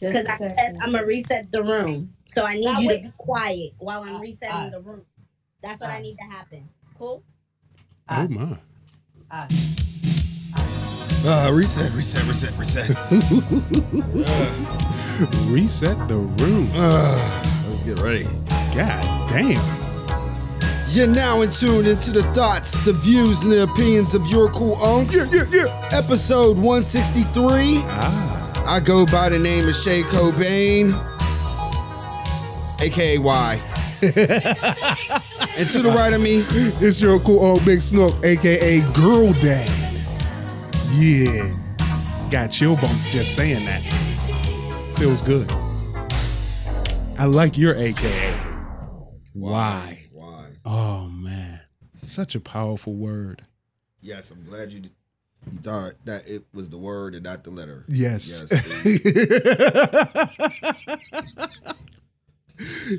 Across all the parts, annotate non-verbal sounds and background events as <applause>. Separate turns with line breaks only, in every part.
Because I said I'm gonna reset the room. So I need
Now
you
wait.
to be quiet while I'm resetting
alright.
the room. That's what I need to happen. Cool?
Oh my.
Ah,
Uh, reset, reset, reset, reset.
Reset the room.
uh, <laughs> let's get ready.
God damn.
You're now in tune into the thoughts, the views, and the opinions of your cool unks.
yeah, yeah.
Episode 163.
Ah.
I go by the name of Shay Cobain, aka Y. and to the right of me,
It's your cool old big snook, aka Girl Dad. Yeah. Got chill bumps just saying that. Feels good. I like your AKA. Why?
Why?
Oh man. Such a powerful word.
Yes, I'm glad you you thought that it was the word and not the letter.
Yes.
Yes,
<laughs>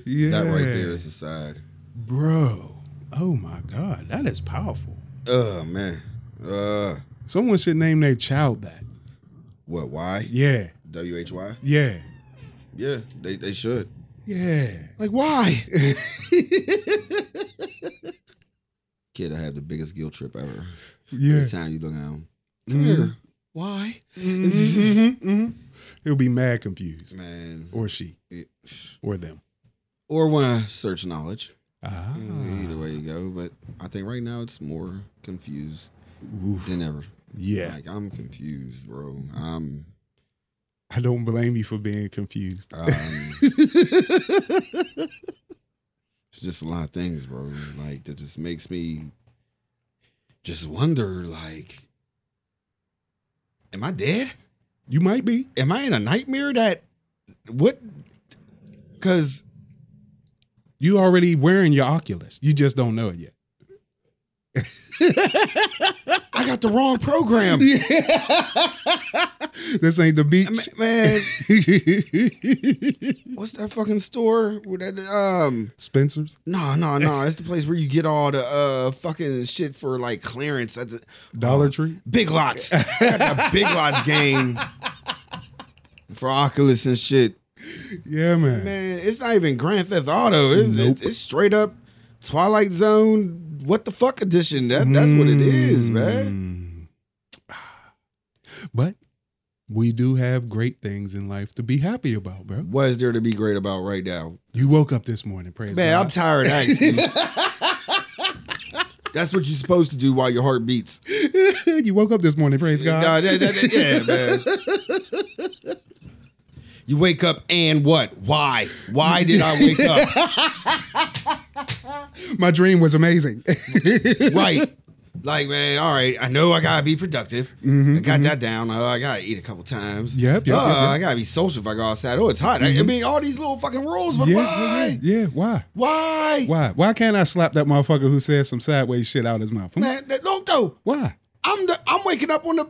Yeah.
that right there is a <laughs> side.
Bro. Oh my God. That is powerful.
Oh man. Uh
Someone should name their child that.
what why?
Yeah.
W H Y?
Yeah.
Yeah, they they should.
Yeah.
Like why? <laughs> Kid, I have the biggest guilt trip ever.
<laughs> Yeah.
Every time you look at him. Come here. Why?
Mhm, mhm. He'll be mad confused.
Man.
Or she.
It-
Or them.
Or when I search knowledge.
Ah.
Either way you go, but I think right now it's more confused
Oof.
than ever.
Yeah.
Like I'm confused, bro. I'm
I don't blame you for being confused. <laughs>
Um, it's just a lot of things, bro. Like that just makes me just wonder. Like, am I dead?
You might be.
Am I in a nightmare? That what? Because
You already wearing your Oculus. You just don't know it yet.
I got the wrong program,
<laughs> This ain't the beach.
Ma- man. What's that fucking store? Where that um?
<laughs> Spencer's.
No, no, no. It's the place where you get all the uh fucking shit for like clearance at the
Dollar Tree.
Big Lots. I got that Big Lots game for Oculus and shit.
Yeah, man.
Man, it's not even Grand Theft Auto. It's, it's, it's straight up Twilight Zone. What the fuck edition? That that's what it
Mm.
is, man.
Hmm. But we do have great things in life to be happy about, bro.
What is there to be great about right now?
You woke up this morning, praise
Man, I'm
God.
tired
<laughs>
of that excuse. That's what you're supposed to do while your heart beats.
<laughs> you woke up this morning, praise God.
Nah, that- that- that- yeah, man. You wake up and what? Why? Why did I wake up?
<laughs> My dream was amazing. <laughs>
right. Like, man, all right, I know I gotta be productive. I got that down. Uh, I gotta eat a couple times.
Mm-hmm, Yep, yep, yep,
Uh,
yep. Mm-hmm.
I gotta be social if I go outside. Oh, it's hot. I- I mean, all these little fucking rules, but
yeah,
why?
yeah, yeah, yeah. Why?
Why?
Why? Why can't I slap that motherfucker who said some sideways shit out his mouth? Hmm?
Man, that, look though,
Why?
I'm the, I'm waking up on the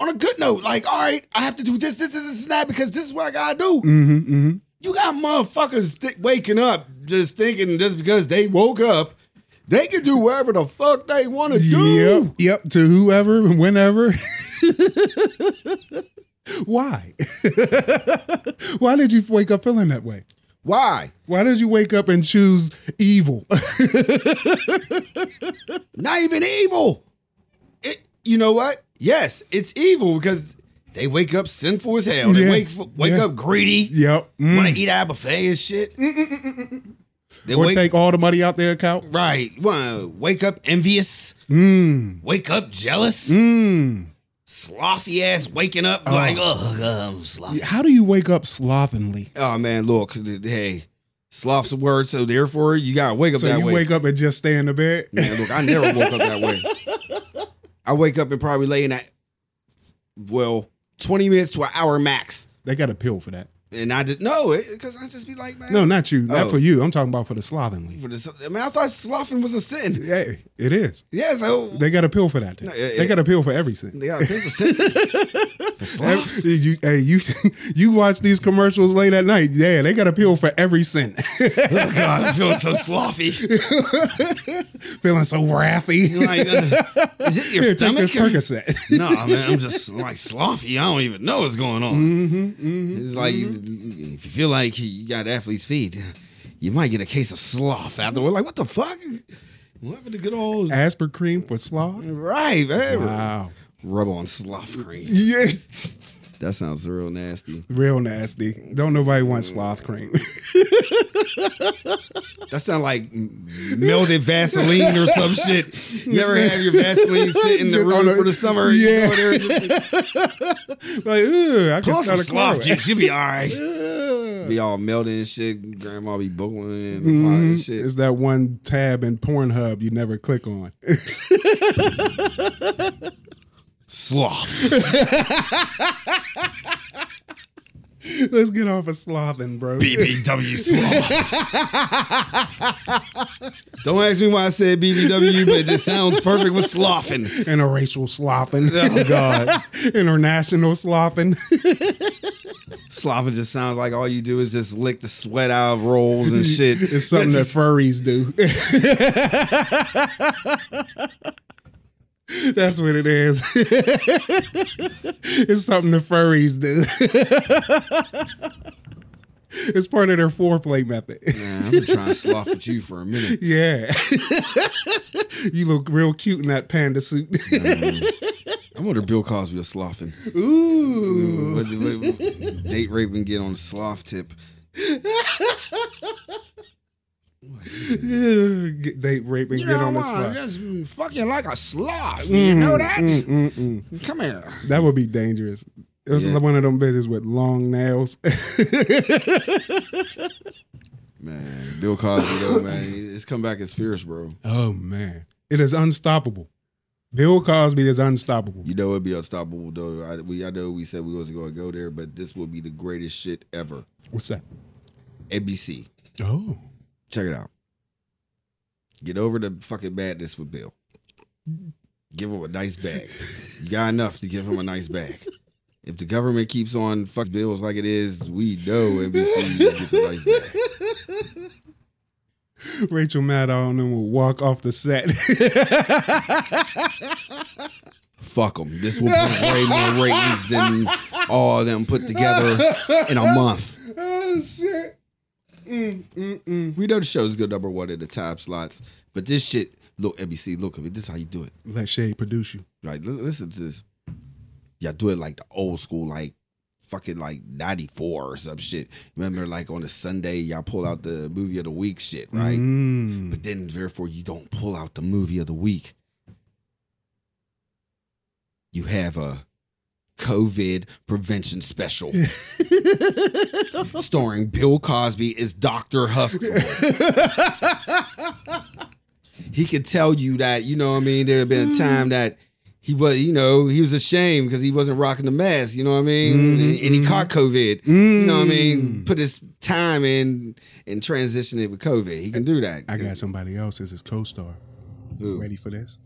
on a good note. Like, all right, I have to do this, this, this, this, and that because this is what I gotta do.
Mm-hmm, mm-hmm.
You got motherfuckers th- waking up just thinking just because they woke up, they can do whatever the fuck they want to do.
Yep, yep. To whoever, and whenever. <laughs> Why? <laughs> Why did you wake up feeling that way?
Why?
Why did you wake up and choose evil? <laughs>
not even evil. It, you know what? Yes, it's evil because they wake up sinful as hell. They
Yeah.
wake wake
Yeah.
up greedy,
yep. Mm.
want to eat out of buffet and shit. They
Or
wake
take all the money out their account.
right, want to wake up envious,
Mm.
wake up jealous, slothy ass waking up like Hmm? oh, God, I'm slothy.
How do you wake up slovenly?
Oh man, look, hey, sloth's a word, so therefore you gotta wake up
So
that
you
way.
wake up and just stay in the bed?
Man, look, I never woke up that way. I wake up and probably lay in that, well, 20 minutes to an hour max.
<laughs> They got a pill for that.
And I did, no, because I just be like, man.
No, not you. Not
Oh.
for you. I'm talking about for the slovenly.
For this, I mean, I thought sloughing was a sin.
Hey, it is.
Yeah, so
They got a pill for that.
No, it-
they got a pill for every sin.
they got a pay for sin.
<laughs>
The sloth?
Ev- you, hey, you <laughs> you watch these commercials late at night. Yeah, they got a pill for every cent.
<laughs> Oh God, I'm feeling so
<laughs>
sloppy.
Feeling so wrathy.
Like, uh, is it your
Here, take
stomach?
this Percocet. <laughs>
no, man, I'm just like sloppy. I don't even know what's going on.
Mm-hmm,
it's like if you feel like you got athlete's feet, you might get a case of sloth afterward. Like, what the fuck? What happened to good old
Asper cream for sloth.
right, man?
Wow.
Rub on sloth cream.
Yeah,
That sounds real nasty.
real nasty. Don't nobody want sloth cream. <laughs>
That sounds like melted Vaseline or some shit. You ever have your Vaseline sit in the
Just
room
on a-
for the summer?
Yeah.
You go there and just-
like, ooh, I can
Pull some
smell a
sloth
chlorine. <laughs>
juice. You'll be all right.
Ugh.
Be all melted and shit. Grandma be bubbling and applying
Mhm.
shit.
It's that one tab in Pornhub you never click on. <laughs>
sloth. <laughs>
Let's get off of slothing, bro.
BBW sloth. Don't ask me why I said BBW, but it sounds perfect with slothing.
Interracial slothing.
Oh, God.
<laughs> International slothing.
Slothing just sounds like all you do is just lick the sweat out of rolls and shit.
It's something that furries do. <laughs> That's what it is. <laughs> it's something the furries do. <laughs> it's part of their foreplay method. <laughs>
Man, I've been trying to sloth with you for a minute.
Yeah. <laughs> you look real cute in that panda suit. <laughs>
I wonder if Bill Cosby was slothing.
Ooh.
What, what- date rape and get on the sloth tip.
<laughs> Get date rape and get on the slide.
slide. Just fucking like a sloth. you know that? Come here.
That would be dangerous. This
Yeah.
is one of them bitches with long nails. <laughs>
Man, Bill Cosby, though, man. His comeback is fierce, bro.
Oh man, it is unstoppable. Bill Cosby is unstoppable.
You know it'd be unstoppable though. I, we I know we said we wasn't gonna go there, but this would be the greatest shit ever.
What's that?
NBC,
Oh,
check it out. Get over the fucking madness with Bill. Give him a nice bag. You got enough to give him a nice bag. If the government keeps on fucking bills like it is, we know NBC gets a nice bag.
Rachel Maddow and them will walk off the set.
Fuck them. This will bring way more ratings than all of them put together in a month.
oh shit! Mm, mm, mm.
We know the show's good number one in the time slots, but this shit, look, NBC, look, I mean, this is how you do it.
<laughs> Let Shade produce you.
Like, li- listen to this. Y'all do it like the old school, like fucking like 94 or some shit. Remember, like on a Sunday, y'all pull out the movie of the week shit, right?
Mm.
But then, therefore, you don't pull out the movie of the week. You have a COVID
<laughs>
prevention special starring Bill Cosby as Dr. Huskell. he could tell you that, you know what I mean? There had
Mm.
been a time that he was, you know, he was ashamed because he wasn't rocking the mask, you know what I mean?
Mhm,
And he caught COVID. You know what I mean?
Mm.
Put his time in and transition it with COVID. He can do that.
I got somebody else as his co-star.
Who?
Ready for this?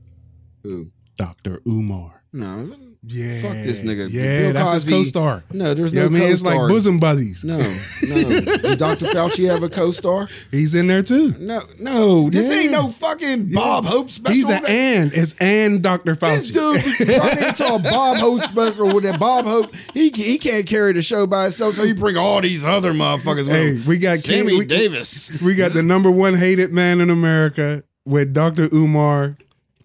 Who?
Dr. Umar.
No.
Yeah.
Fuck this nigga.
Yeah,
Bill
that's
Cosby-
his co-star.
No, there's
You know
no
what I mean? It's like
co-stars.
bosom buddies.
No, no.
<laughs>
Did Dr. Fauci have a co-star?
He's in there too.
No, no. This
Yeah.
ain't no fucking Bob Hope special.
He's an
That-
and. It's and Dr. Fauci.
This dude running into a Bob Hope special with that Bob Hope. He ca- he can't carry the show by himself, so you bring all these other motherfuckers. with
Hey,
him.
we got
Sammy
King- we-
Davis.
We got the number one hated man in America with Dr. Umar,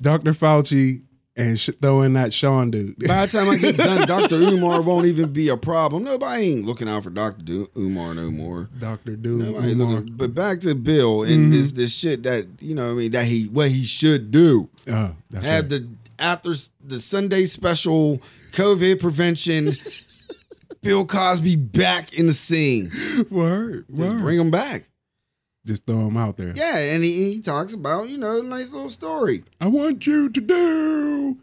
Dr. Fauci, and sh- throwing that Sean dude. <laughs>
By the time I get done, Dr. Umar won't even be a problem. Nobody ain't looking out for Dr. Du- Umar no more.
Dr. Dude
Nobody
Umar.
looking- but back to Bill and this this shit that you know what I mean that he what he should do.
Oh, that's
have
right.
the after s- the Sunday special COVID prevention. <laughs> Bill Cosby back in the scene. <laughs>
word.
Just
word.
bring him back.
Just throw him out there.
Yeah, and he, he talks about you know a nice little story.
I want you to do.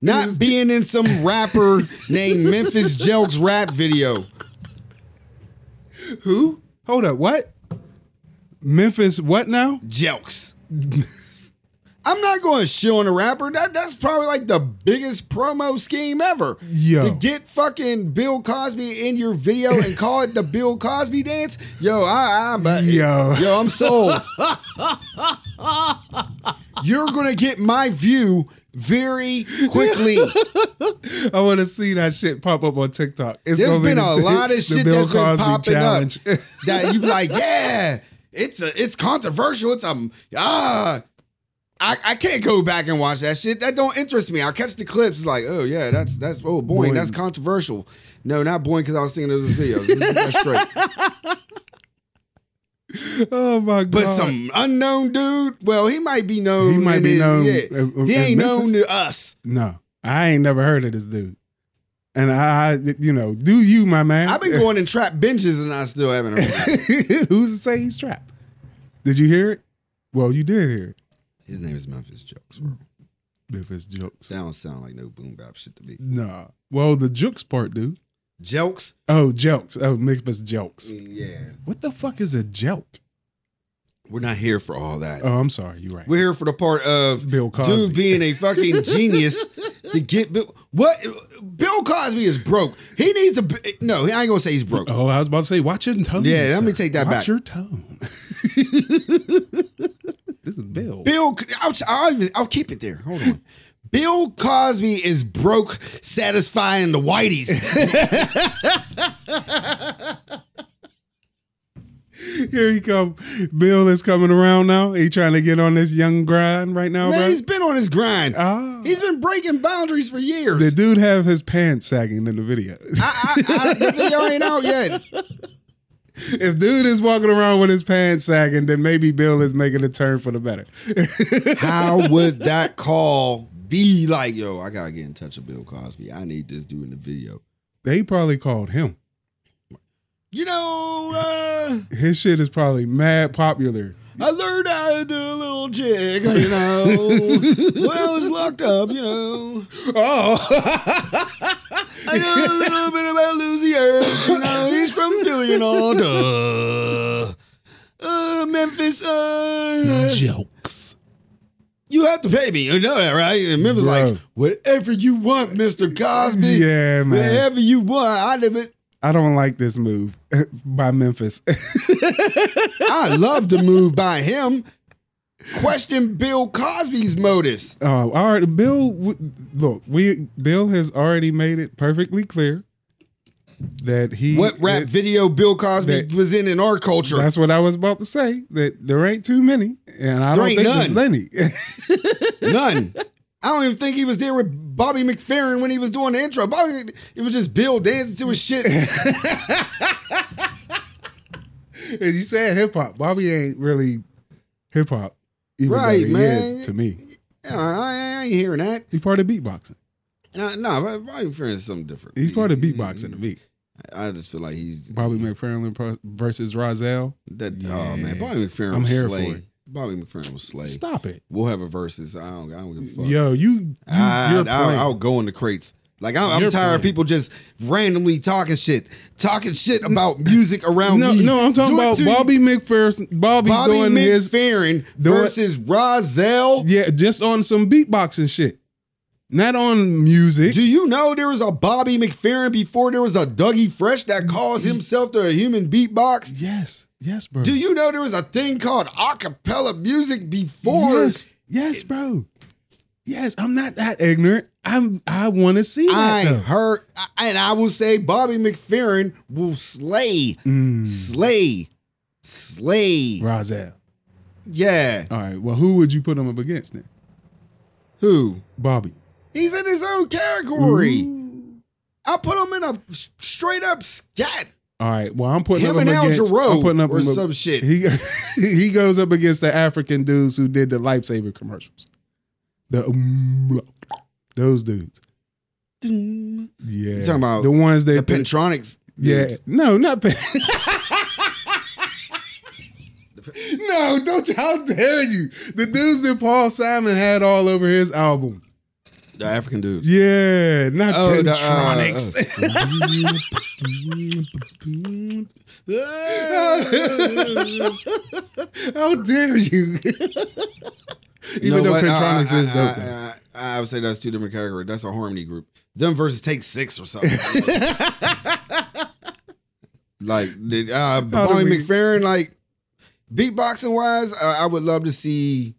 Not being in some <laughs> rapper named Memphis Jelks rap video.
Who? Hold up. What? Memphis, what now?
Jelks. I'm not going to shit on a rapper. That that's probably like the biggest promo scheme ever.
Yo.
To get fucking Bill Cosby in your video and call it the Bill Cosby dance. Yo, I, I'm uh,
Yo.
yo, I'm sold. You're gonna get my view very quickly.
<laughs> I want to see that shit pop up on TikTok. It's
There's
gonna be
been a
<laughs> the-
lot of
the
shit
Bill
that's been
Cosby
popping
challenge. <laughs>
up <laughs> that you be like, yeah, it's a it's controversial. It's a ah. I, I can't go back and watch that shit. That don't interest me. I'll catch the clips. It's like, oh yeah, that's that's oh boy,
Boing.
that's controversial. No, not boy, because I was thinking of those videos. Let's get that
<laughs>
straight.
oh my god!
But some unknown dude. Well, he might be known.
He might
in
be
his-
known,
yeah.
uh, uh,
he
in
ain't known
Memphis?
to us.
no, I ain't never heard of this dude. And I, I- you know, do you, my man?
I've been going and trap benches and I still haven't. Heard.
<laughs> Who's to say he's trapped? Did you hear it? Well, you did hear it.
His name is Memphis Jokes.
Memphis jokes.
Sounds sound like no boom bap shit to me.
Nah. Well, the jokes part, dude.
Jokes.
Oh, jokes. Oh, Memphis jokes.
Yeah.
What the fuck is a joke?
We're not here for all that.
Oh, I'm sorry. You're right.
We're here for the part of
Bill Cosby.
dude being a
<laughs>
fucking genius to get Bill. What? Bill Cosby is broke. He needs a. b- No, I ain't gonna say he's broke.
Oh, I was about to say, watch your tone.
Yeah, let me
sir.
take that
watch
back.
your tone. <laughs> this is Bill.
Bill, I'll, I'll, even- I'll keep it there. Hold on. Bill Cosby is broke, satisfying the
<laughs>
whiteys.
Here he come. Bill is coming around now. He trying to get on this young grind right now,
Man,
bro.
he's been on his grind.
Ah.
He's been breaking boundaries for years.
The dude have his pants sagging in the video. <laughs>
I, I, I, the video ain't out yet.
if dude is walking around with his pants sagging, then maybe Bill is making a turn for the better. <laughs>
How would that call be like, yo, I gotta get in touch with Bill Cosby. I need this dude in the video.
they probably called him.
You know, uh,
His shit is probably mad popular.
I learned how to do a little jig, you know, when I was locked up, you know.
Oh,
<laughs> I know a little bit about Louisiana, you know, he's from Philly and all, duh. Uh, Memphis, uh,
jokes.
you have to pay me. You know that, right? And Memphis
Bro.
like, whatever you want, Mr. Cosby.
Yeah, man.
Whatever you want, I live it.
I don't like this move <laughs> by Memphis. <laughs>
I love the move by him. Question Bill Cosby's motives.
Uh, all right, Bill. w- Look, we Bill has already made it perfectly clear that he.
What rap
that-
video Bill Cosby
that-
was in in our culture?
that's what I was about to say. That there ain't too many, and I
There
don't
ain't
think there's
none.
any.
None. I don't even think he was there with Bobby McFerrin when he was doing the intro. Bobby, it was just Bill dancing to
<laughs>
his shit.
and you said hip hop. Bobby ain't really hip hop, even
Right,
though he
man.
is to me.
Yeah, I, I ain't hearing that.
He part of beatboxing.
No, nah, nah, Bobby McFerrin's something different.
He's part of beatboxing to me.
I just feel like he's
Bobby McFerrin pro- versus Rozelle.
that. Oh man, Bobby McFerrin
I'm
was
here
slay.
for it.
Bobby McFerrin was slay.
Stop it,
We'll have a versus. I don't. I don't give a fuck.
yo! You, you
I,
you're
I,
playing.
I'll go in the crates. Like I'm, I'm
You're
tired of
playing.
people just randomly talking shit, talking shit about music around
no,
me.
no, I'm talking
Do it
about
to
Bobby McPherson. Bobby,
Bobby
doing his
McFerrin versus Rozelle.
Yeah, just on some beatboxing shit. Not on music.
Do you know there was a Bobby McFerrin before there was a Dougie Fresh that calls himself to a human beatbox?
yes, yes, bro.
Do you know there was a thing called acapella music before?
Yes, yes, bro. Yes, I'm not that ignorant. I'm. I want to see
I
that. though.
heard, I- and I will say Bobby McFerrin will slay,
Mm.
slay, slay.
Rozelle.
Yeah.
All right. Well, who would you put him up against then?
Who?
Bobby.
He's in his own category.
Ooh.
I put him in a s- straight up scat.
All right. Well, I'm putting
Him
him,
and Al
against. I'm
Jarreau
putting up
or
him up-
some shit.
He <laughs> he goes up against the African dudes who did the lifesaver commercials. The um, those dudes.
The
Yeah.
talking about
the ones that
Pentronics.
Yeah.
dudes.
No, not pen. <laughs> no, don't. How dare you? The dudes that Paul Simon had all over his album.
The African dudes.
Yeah, not
Oh, the, uh, <laughs>
Pentronics.
<laughs>
<laughs> how dare you? Even though Pentronics
uh, I, I,
is dope. though.
I, I, I would say that's two different categories. That's a harmony group. Them versus Take Six or something.
<laughs>
like did, uh, Bobby
we-
McFerrin, like beatboxing wise, I, I would love to see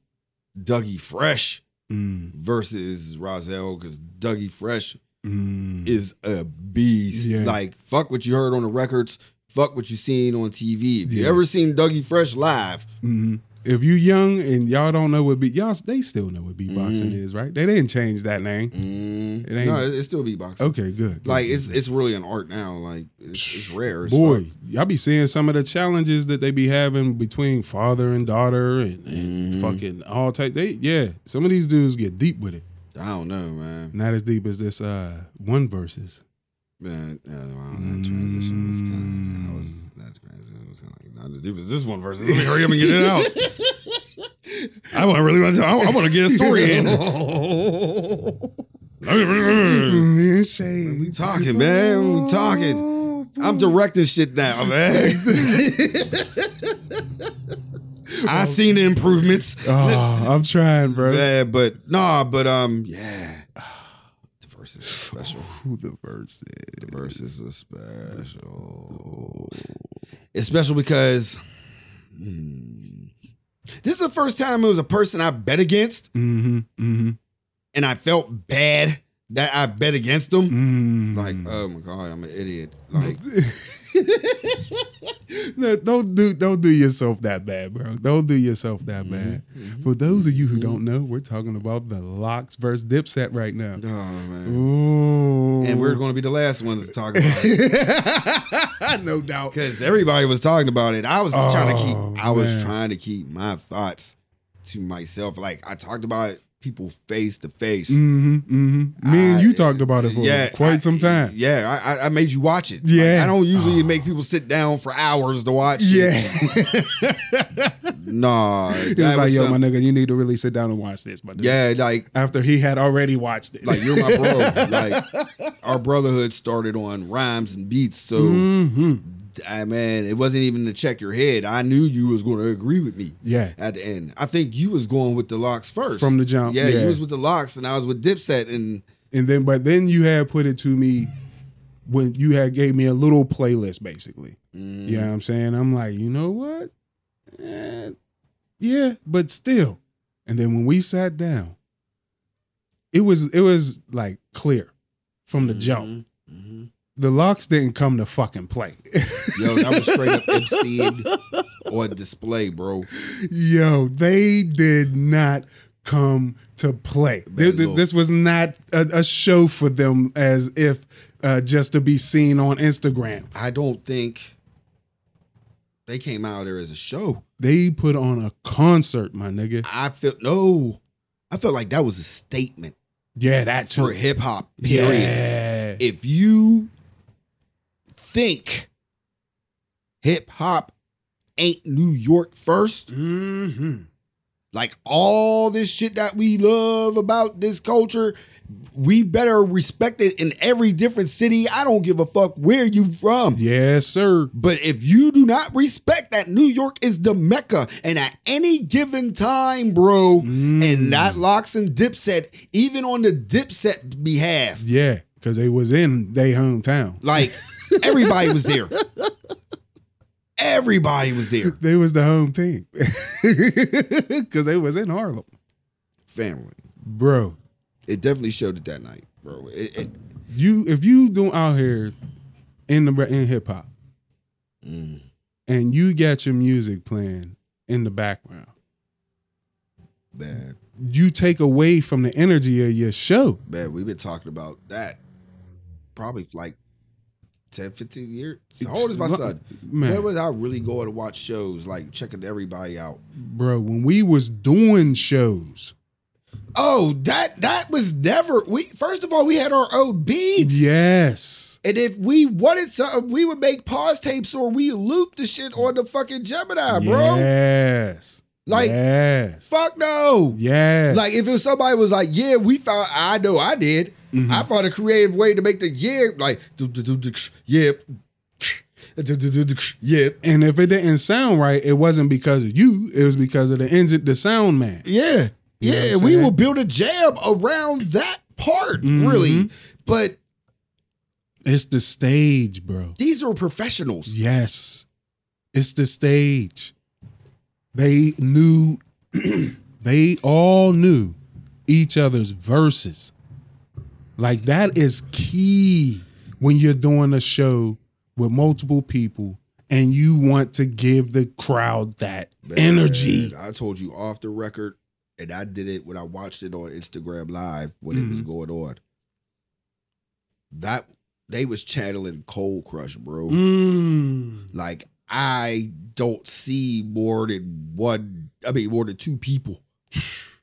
Dougie Fresh
Mm,
versus Rozelle because Dougie Fresh
mm.
is a beast.
Yeah.
Like fuck what you heard on the records. Fuck what you seen on TV. If you
Yeah.
ever seen Dougie Fresh live,
Mhm. If you young and y'all don't know what beat y'all they still know what beatboxing is, right? They didn't change that name.
mm,
It ain't-
no, it- it's still beatboxing.
Okay, good. good,
Like
good,
it's
good.
it's really an art now. Like it's, it's rare. as
boy,
fuck.
y'all be seeing some of the challenges that they be having between father and daughter and, and
Mhm.
fucking all type. They yeah, some of these dudes get deep with it.
I don't know, man.
Not as deep as this uh one versus.
Man, uh, wow, that transition was kind of. I was that transition was kind of like not as deep as this one versus. Let me hurry up and <laughs> get it
<laughs>
out. I want really want to. I, want to get a story
<laughs>
in. Let me- we talking, man. We talking. I'm directing shit now, man. I seen the improvements.
Oh, I'm trying, bro.
Yeah, but nah, but um, yeah. <sighs> The verses is special.
Who the verses?
The verses is special. It's special because hmm, this is the first time it was a person I bet against,
Mm-hmm. Mm-hmm.
and I felt bad that I bet against them.
Mm.
Like, oh my god, I'm an idiot.
<laughs>
Like,
No, don't do don't do yourself that bad, bro. Don't do yourself
Mm-hmm.
that bad. For those of you who don't know, we're talking about the Locks versus Dipset right now.
oh man.
Ooh,
And we're going to be the last ones to talk about it.
<laughs> no doubt.
Because everybody was talking about it. I was just trying to
Oh,
keep I was
man.
trying to keep my thoughts to myself. Like I talked about people face to face.
hmm hmm Me and
I-
you talked about it for quite
I-
some time.
Yeah, I, I- I made you watch it. Like,
Yeah. Ah.
I don't usually make people sit down for hours to watch.
Yeah,
it. <laughs>
<laughs>
nah.
it was
that
like,
was
yo,
some-
my nigga, you need to really sit down and watch this, my dude.
yeah, like
After he had already watched it,
like you're my
<laughs>
bro. like our brotherhood started on rhymes and beats, so
Mhm.
I man, it wasn't even to check your head. I knew you was going to agree with me.
yeah,
at the end. I think you was going with the locks first
From the jump,
Yeah,
yeah.
you was with the locks, and I was with Dipset, and
and then but then you had put it to me when you had gave me a little playlist basically
mm,
you know what i'm saying i'm like you know what Eh, yeah but still and then when we sat down it was it was like clear from the jump
mhm, mhm.
the locks didn't come to fucking play <laughs>
Yo, that was straight up MC'd on display, bro.
yo they did not come to play Th- th-
look.
this was not a, a show for them as if uh, just to be seen on instagram
I don't think they came out there as a show.
They put on a concert, my nigga.
I felt no, I felt like that was a statement
Yeah, that too.
for hip hop. Period.
Yeah.
If you think hip hop ain't New York first,
Mm-hmm.
Like all this shit that we love about this culture, we better respect it in every different city. I don't give a fuck where you from.
Yes, sir.
But if you do not respect that New York is the Mecca, and at any given time, bro,
Mm.
and not locks and dipset, even on the dipset behalf,
Yeah, because they was in they hometown.
<laughs> like everybody was there. Everybody was there.
They was the home team. <laughs> Because they was in Harlem.
Family.
Bro,
It definitely showed it that night, bro. It, it,
you if you do out here in the in hip hop
Mm.
and you got your music playing in the background,
bad.
you take away from the energy of your show.
Man, we've been talking about that probably for like 10, 15 years. How old is my son?
Man.
Where was I really going to watch shows, like checking everybody out?
bro when we was doing shows
Oh, that that was never we first of all, we had our own beats.
yes
And if we wanted something, we would make pause tapes or we loop the shit on the fucking Gemini, bro.
yes
Like-
yes
Fuck no.
yes
Like if it was somebody was like, yeah, we found. I know I did.
Mm-hmm.
I found a creative way to make the yeah, like do do do do yeah, do do do do yeah,
and if it didn't sound right it wasn't because of you it was because of the engine the sound man
yeah.
You know what
yeah,
I'm
we
saying?
will build a jab around that part,
Mm-hmm.
really. But
It's the stage, bro.
these are professionals.
Yes. It's the stage. They knew <clears throat> they all knew each other's verses. Like that is key when you're doing a show with multiple people and you want to give the crowd that energy.
Man, I told you off the record, and I did it when I watched it on Instagram Live when it was going on. That they was channeling Cold Crush, bro.
Mm.
Like I don't see more than one. I mean, more than two people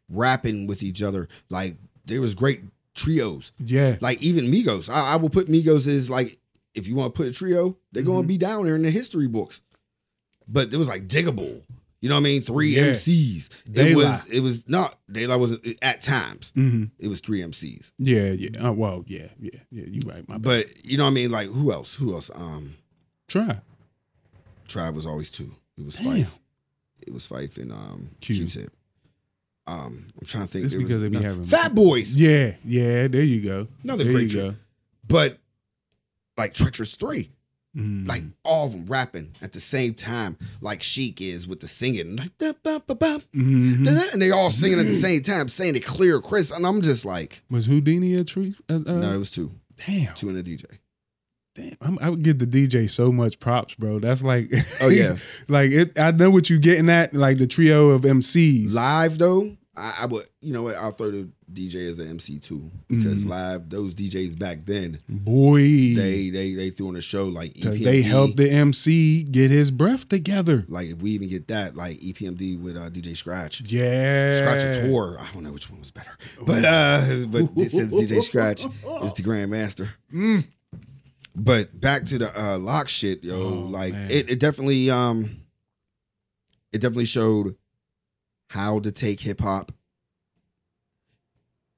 rapping with each other. Like there was great trios.
Yeah.
Like even Migos, I, I will put Migos as like if you want to put a trio, they're gonna
Mhm.
be down there in the history books. But it was like diggable. You know what I mean? Three
Yeah.
MCs. It
Daylight.
was it was not daylight was at times
hmm
it was three MCs.
Yeah, yeah. Uh, well, yeah, yeah, yeah. You right, my bad.
But you know what I mean? Like who else? Who else? Um,
Try.
Tribe was always two. It was
Damn.
Fife. It was Fife and um
Q.
Q-Tip. Um, I'm trying to think.
It's
There was
because they be
no-
having-
Fat Boys.
Yeah, yeah, there you go.
Another
There
great
you
trio.
go.
But like Treacherous Three.
Mm.
like all of them rapping at the same time, like Sheik is with the singing, like da, ba, ba, ba,
Mhm.
da, da, and they all singing
Hmm.
at the same time, saying it clear, Chris. And I'm just like,
Was Houdini a tree? Uh, uh,
no, it was two,
damn,
two and a DJ.
damn. I'm, I would give the DJ so much props, bro. That's like, <laughs>
Oh, yeah.
like it. I know what you getting at. Like the trio of MCs.
Live though, I, I would, you know what, I'll throw the DJ as an MC too because
Mhm.
live those DJs back then,
Boy,
they they they threw on a show like
E.
E
'cause
EPMD.
they helped the MC get his breath together.
Like if we even get that, like EPMD with uh, DJ Scratch.
Yeah,
Scratch a tour. I don't know which one was better, but uh, but since
<laughs>
DJ Scratch
Oh.
is the grandmaster.
Mm.
But back to the uh, lock shit, yo.
Oh,
like
man.
it, it definitely, um, it definitely showed how to take hip hop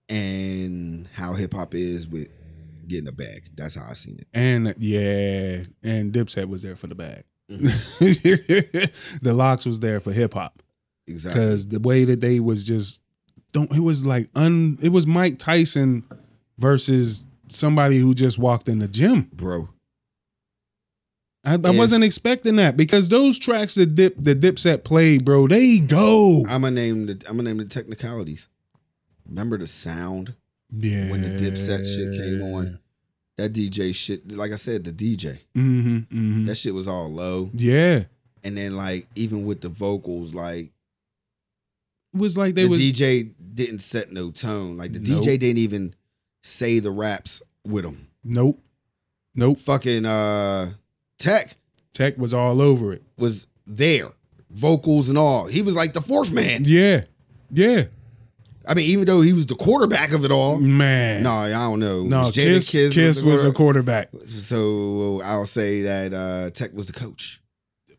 and how hip hop is with getting a bag. That's how I seen it.
And yeah, and Dipset was there for the bag.
Mhm. Mm-hmm.
<laughs> the locks was there for hip hop.
Exactly.
because the way that they was just don't it was like un it was Mike Tyson versus somebody who just walked in the gym.
Bro,
I, I
If-
wasn't expecting that because those tracks that dip the Dipset played, bro, they go.
I'm gonna name the I'm gonna name the technicalities. Remember the sound
Yeah,
when the Dipset shit came on. That DJ shit, like I said, the DJ.
hmm hmm
That shit was all low.
Yeah, it
And then like even with the vocals, like
was like they
the
was
DJ didn't set no tone. Like the
Nope.
DJ didn't even say the raps with them.
nope, nope.
Fucking uh Tech
Tech was all over it.
was there. Vocals and all. He was like the fourth man.
Yeah, yeah,
I mean, even though he was the quarterback of it all.
man.
No, I don't know. It
no.
was Jada
Kiss, Kiss, was
the
a quarterback.
quar- So I'll say that uh Tech was the coach.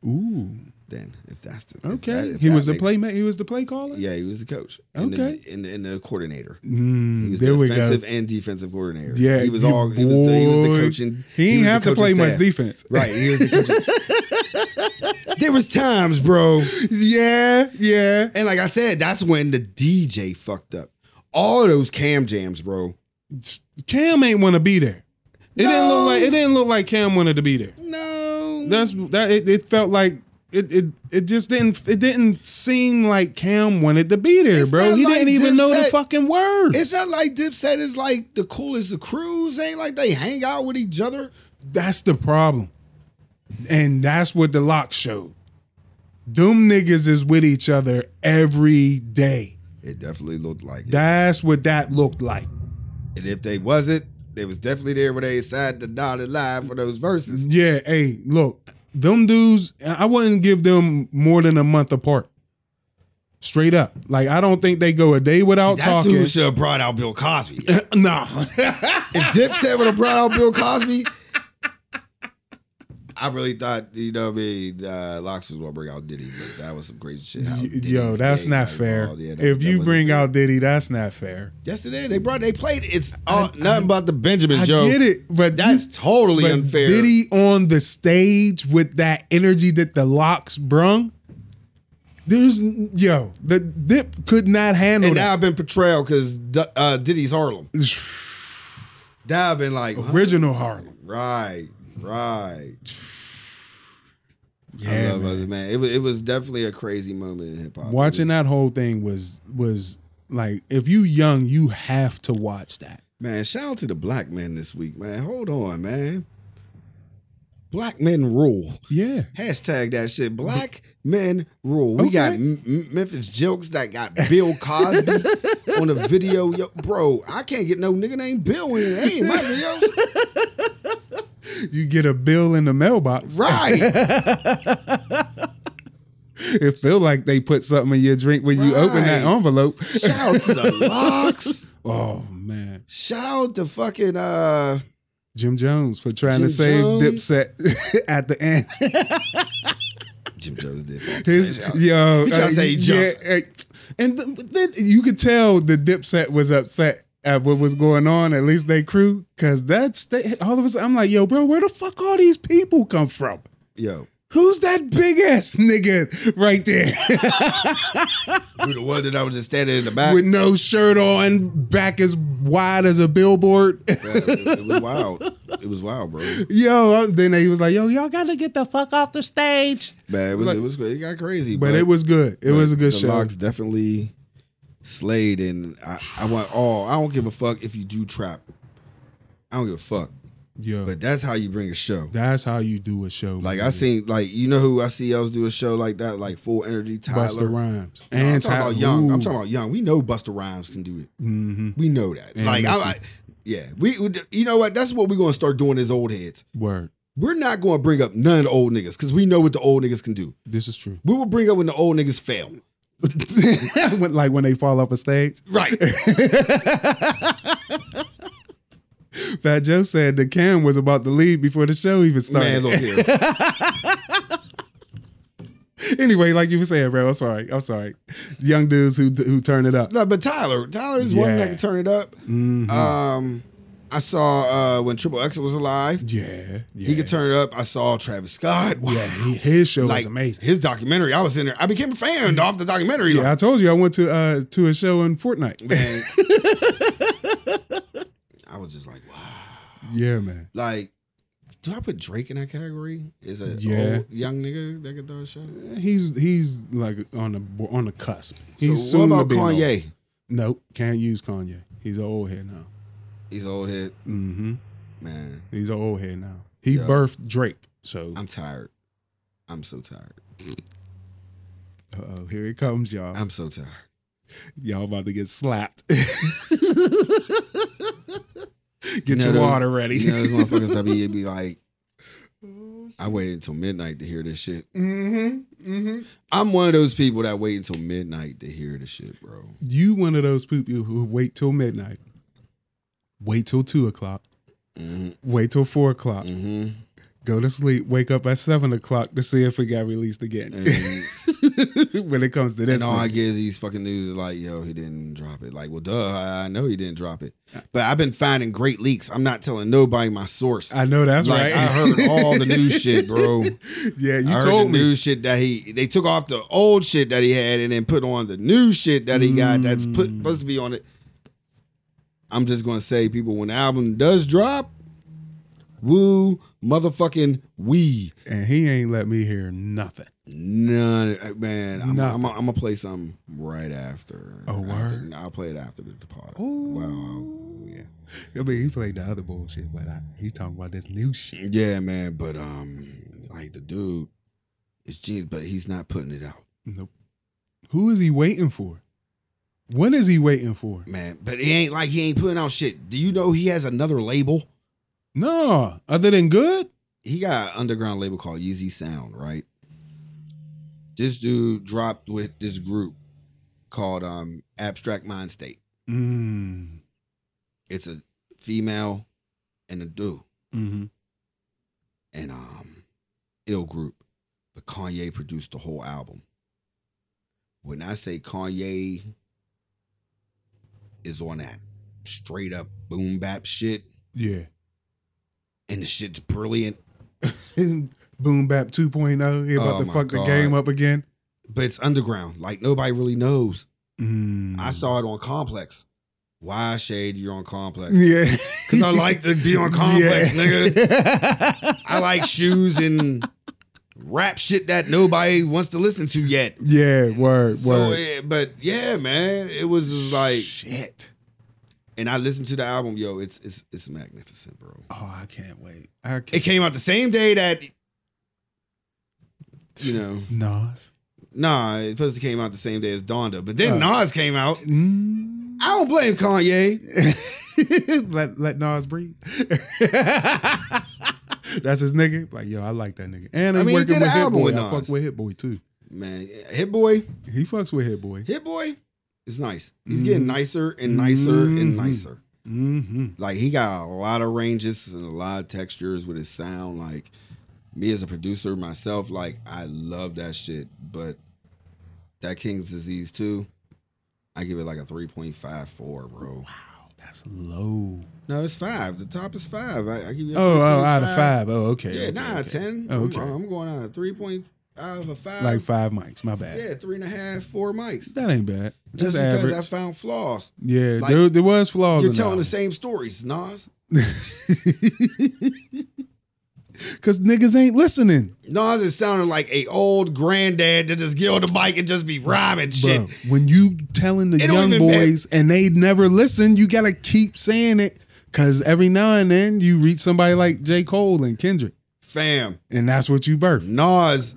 Ooh,
Then, if that's the if that-
okay.
if
He
that
was the
makes-
playmaker. He was the play caller.
Yeah, he was the coach. And
Okay.
the, and, the, and the coordinator. He
Mm,
was
there
the
we
offensive
go.
and defensive coordinator.
Yeah,
he was
you
all. He was, the, he was the
boy.
coaching.
He
was
didn't
the
have to
coaching
play much
staff.
defense.
Right, he was the coaching- <laughs> there was times, bro,
<laughs> Yeah, yeah.
and like I said, that's when the DJ fucked up. All of those cam jams, bro.
Cam ain't want to be there. It didn't
No.
look like it didn't look like Cam wanted to be there.
No,
That's that. It, it felt like it, it. It just didn't. It didn't seem like Cam wanted to be there,
It's
bro.
not
He
like
didn't even know the
Dipset.
fucking words.
it's not like Dipset is like the coolest of crews. Ain't like they hang out with each other.
That's the problem, and that's what the lock showed. Doom niggas is with each other every day.
It definitely looked like it.
That's what that looked like.
And if they wasn't, they was definitely there when they signed the dotted line for those verses.
Yeah, hey, look, them dudes, I wouldn't give them more than a month apart. Straight up. Like, I don't think they go a day without
That's
talking.
who should have brought out Bill Cosby. <laughs>
nah.
if Dipset would have brought out Bill Cosby, I really thought, you know what I mean, uh, Locks was going to bring out Diddy, but that was some crazy shit. How
<laughs>
Diddy's
Yo, that's
name
not
got
fair.
involved. Yeah, that-
if
that
you
wasn't
bring
fair.
out Diddy, that's not fair.
Yes, it is. They brought, they played it. It's all, nothing but the Benjamins,
I
Joe.
get it, but
That's
you-
totally
but
unfair.
Diddy on the stage with that energy that the locks brung. There's n- yo, the dip could not handle
And now
that.
I've been portrayed because uh,
<sighs>
Diddy's Harlem. Now I've been like, huh?
Original Harlem.
right, right. I
<sighs> Yeah,
love Us, man. It was it was definitely a crazy moment in hip hop.
Watching that whole thing was was like if you young, you have to watch that.
man. Shout out to the black men this week, man. Hold on, man. Black men rule.
Yeah.
Hashtag that shit. Black men rule. We got
Okay.
M- M- Memphis Jokes that got Bill
<laughs>
Cosby on the video. Yo, bro, I can't get no nigga named Bill in. That ain't my videos.
You get a bill in the mailbox.
Right.
It feel like they put something in your drink when you open that
Right.
envelope.
Shout out to the locks.
Oh man.
Shout out to fucking uh
Jim Jones for trying
Jim
to save
Jones.
Dipset <laughs> at the end.
Jim Jones did. fuck
His,
stage out.
yo,
He tried to say he jumped.
yeah, uh, and th- but then you could tell the Dipset was upset at what was going on. At least they crew, because that's they, all of us. I'm like, yo, bro, where the fuck all these people come from?
Yo,
Who's that big ass <laughs> nigga right there
who the one that I was just standing in the back?
with no shirt on, back as wide as a billboard? <laughs>
Yeah, it, it was wild. It was wild, bro.
yo, uh, then they was like, yo, y'all gotta get the fuck off the stage.
Man, it was
Like-
it was great. It got crazy,
But it was good. It was a good
the
show.
Locks definitely slayed, and I, I want all. I don't give a fuck if you do trap. I don't give a fuck.
Yo,
But that's how you bring a show.
that's how you do a show.
Like
man.
I seen, like you know who I see else do a show like that, like full energy. Tyler.
Busta Rhymes
No, I'm
and
talking
Tyler.
about young. I'm
Ooh.
talking about young. We know Buster Rhymes can do it.
Mhm.
We know that.
And
like I,
Missy.
I, yeah. We, we, you know what? That's what we're gonna start doing as old heads.
Word.
We're not gonna bring up none old niggas because we know what the old niggas can do.
This is true.
We will bring up when the old niggas fail.
<laughs> When- like when they fall off a stage. <laughs>
Right.
Fat Joe said the cam was about to leave before the show even
Man,
started.
look here.
<laughs> anyway, like you were saying, bro, I'm sorry. I'm sorry. Young dudes who who turn it up.
No, but Tyler, Tyler's one
Yeah. Mm-hmm.
that can turn it up. Um, I saw uh, when Triple X was alive,
Yeah. yeah.
he could turn it up. I saw Travis Scott. Wow.
Yeah, he- his show
<laughs> Like
was amazing.
his documentary, I was in there. I became a fan off the documentary.
yeah, I told you I went to uh to a show in Fortnite.
Like,
<laughs>
man. I was just like, wow.
yeah, man.
Like, do I put Drake in that category? Is a
Yeah.
old young nigga that can throw a shot?
He's he's like on the on the cusp. He's
so
soon
what about
to be an old-
Kanye?
Nope, can't use Kanye. He's an old head now.
He's an old head,
Mm-hmm.
man.
He's an old head now. He
Yeah.
birthed Drake. So
I'm tired. I'm so tired.
Uh-oh, here it comes, y'all.
I'm so tired.
y'all about to get slapped. <laughs>
<laughs>
get
You know
your
those-
water <laughs> ready.
You know, those motherfuckers that be, it be like, I waited until midnight to hear this shit.
mm-hmm. Mm-hmm.
I'm one of those people that wait until midnight to hear the shit, bro.
You one of those people who wait till midnight, wait till two o'clock, wait till four o'clock,
Mm-hmm.
go to sleep, wake up at seven o'clock to see if it got released again. <laughs>
And,
when it comes to this,
and all I
nigga.
get is these fucking news is like, yo, he didn't drop it. Like, well, duh, I I know he didn't drop it. But I've been finding great leaks. I'm not telling nobody my source.
I know that's
like,
right. <laughs>
I heard all the new shit, bro.
yeah, you
I heard
told
the
me.
new shit that he they took off the old shit that he had and then put on the new shit that he got that's put
Mm.
supposed to be on it. I'm just gonna say, people, when the album does drop, woo, motherfucking we,
And he ain't let me hear nothing.
none, uh, man. I'm, I'm,
Nothing.
I'm gonna play something right after.
Oh,
After-
word? Oh.
I'll play it after the pod.
Ooh.
Wow, yeah,
I mean, he played the other bullshit, but I, he talking about this new shit.
yeah, man. But um, like the dude, it's genius, but he's not putting it out.
Nope. Who is he waiting for? What is he waiting for?
Man, but it ain't like he ain't putting out shit. Do you know he has another label?
No, other than good.
He got an underground label called Yeezy Sound, right? This dude dropped with this group called um, Abstract Mind State.
Mm.
It's a female and a dude
Mm-hmm.
and um, ill group. But Kanye produced the whole album. When I say Kanye is on that straight up boom bap shit,
Yeah. <laughs>
and the shit's brilliant.
Boom Bap 2.0. He about
Oh
to
my
fuck the
God.
game up again.
but it's underground. Like nobody really knows.
Mm.
I saw it on Complex. Why shade you're on Complex?
Yeah.
Because I like to be on
<laughs>
Complex,
Yeah.
nigga. I like shoes and rap shit that nobody wants to listen to yet.
<laughs> yeah, word,
So,
word.
eh, but yeah, man, it was just like,
Shit.
and I listened to the album. Yo, it's it's it's magnificent, bro.
Oh, I can't wait. I
It
can't.
came out the same day that, you know,
Nas.
nah, it supposed to came out the same day as Donda, but then
Right.
Nas came out.
Mm.
I don't blame Kanye.
<laughs> let, let Nas breathe. <laughs> That's his nigga. Like, yo, I like that nigga. And
I
I'm
mean, he
working
did
with
an
Hit
album
Boy.
with
I fuck
Nas.
with Hit Boy too.
Man, Hit Boy,
He fucks with Hit Boy.
Hit Boy is nice. He's
Mhm.
getting nicer and nicer and
Mhm.
nicer.
Mm-hmm.
Like he got a lot of ranges and a lot of textures with his sound. Like me as a producer myself, like I love that shit. But that King's Disease too, I give it like a three point five four, bro.
That's low.
No, it's five. The top is five. I, I give you. A
Oh, oh, out of
3.5.
five. Oh, okay.
Yeah,
okay,
nah,
okay.
ten.
Oh, okay.
I'm, I'm going out of three point out of a five.
Like five mics. My bad.
yeah, three and a half, four mics.
That ain't bad. Just
Just because
average.
I found flaws.
yeah,
like,
there, there was flaws.
You're
in
telling the
that
same stories, Nas.
because niggas ain't listening.
Nas is sounding like a old granddad that just get on the bike and just be rhyming shit.
Bro, when you telling the
It don't
young
even
boys and they never listen, you gotta keep saying it because every now and then you reach somebody like J. Cole and Kendrick,
Fam,
and that's what you birth.
Nas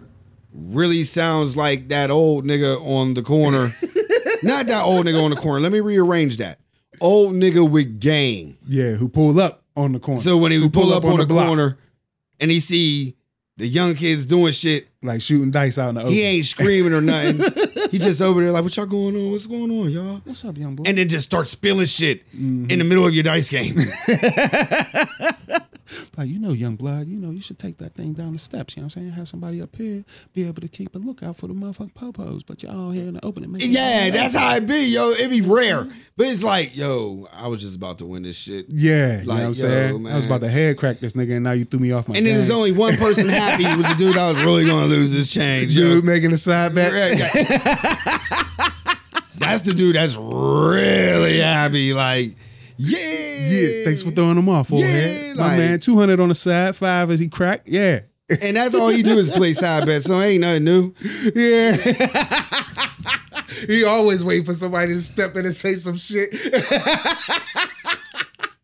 really sounds like that old nigga on the <laughs> corner. Not that old nigga on the corner. Let me rearrange that. Old nigga with game.
Yeah, who pull up on the corner.
So when he
Who
would pull, up, on, the,
block,
corner and he see the young kids doing shit,
like shooting dice out in the open.
he ain't screaming or <laughs> nothing. he just over there like, what y'all going on? What's going on, y'all?
What's up, young boy?
And then just start spilling shit in the middle of your dice game.
Like, you know, young blood, you know, you should take that thing down the steps. You know what I'm saying? Have somebody up here be able to keep a lookout for the motherfucking popos, but you're all here in the open. And making
Yeah, that's how it be, yo. It be rare, but it's like, yo, I was just about to win this shit, and
Yeah,
Like,
you know what I'm
yo,
saying? I was
man.
about to head crack this nigga, and now you threw me off my.
then
game.
there's only one person happy with the dude I was really gonna lose this change, yo.
dude making a side bet.
That's the dude that's really happy, like, yeah,
Yeah, thanks for throwing him off, old
Yeah,
head. My
like-
man, two hundred on the side, five as he crack. Yeah,
And that's all he do is play side bets, so ain't nothing new.
yeah. <laughs> he always wait for somebody to step in and say some shit. <laughs>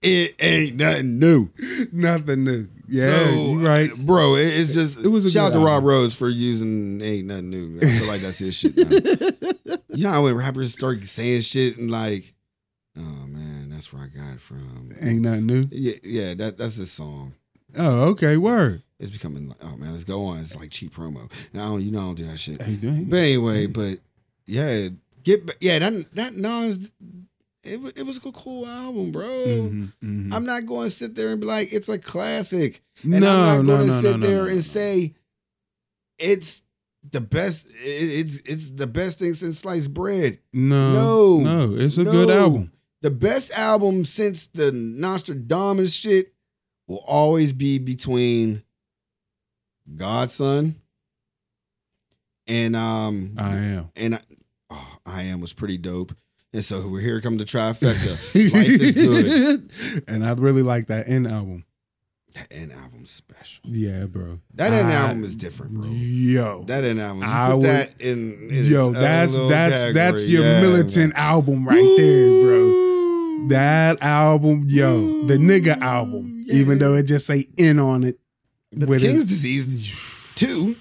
It ain't nothing new.
Nothing new. Yeah,
So,
you right.
bro. It, it's just
It was a
shout out
good
to Rob
album.
Rhodes for using ain't nothing new. I feel like that's his shit. Now.
<laughs>
you know how when rappers start saying shit and like, oh man, that's where I got it from.
Ain't nothing new.
Yeah, yeah, that that's his song.
Oh, okay, word.
It's becoming like, oh man, let's go on. It's like cheap promo. Now you know I don't do that shit.
Hey, dang.
But anyway, but yeah, get ba- yeah that that Nas, it wa- it was a cool album, bro.
Mhm, mhm.
I'm not going to sit there and be like it's a classic.
no,
And I'm not
no,
going to
no,
sit
no, no,
there
no,
and
no.
say it's the best. it- It's it's the best thing since sliced bread.
no,
No,
no, It's a
no.
good album.
The best album since the Nostradamus shit will always be between Godson and um
I <laughs> am.
and I, oh, I am was pretty dope. And so we're here come the trifecta. Life
<laughs>
is good.
and I really like that end album.
That end album's special.
Yeah, bro.
That end
I-
album is different, bro.
Yo,
That in album. You
I
put
would-
that in. in
Yo,
its own
that's
little
that's that's
category.
your
Yeah,
militant album right there, bro. That album, yo, the nigga album, even though it just say in on it.
But
with it.
King's Disease two.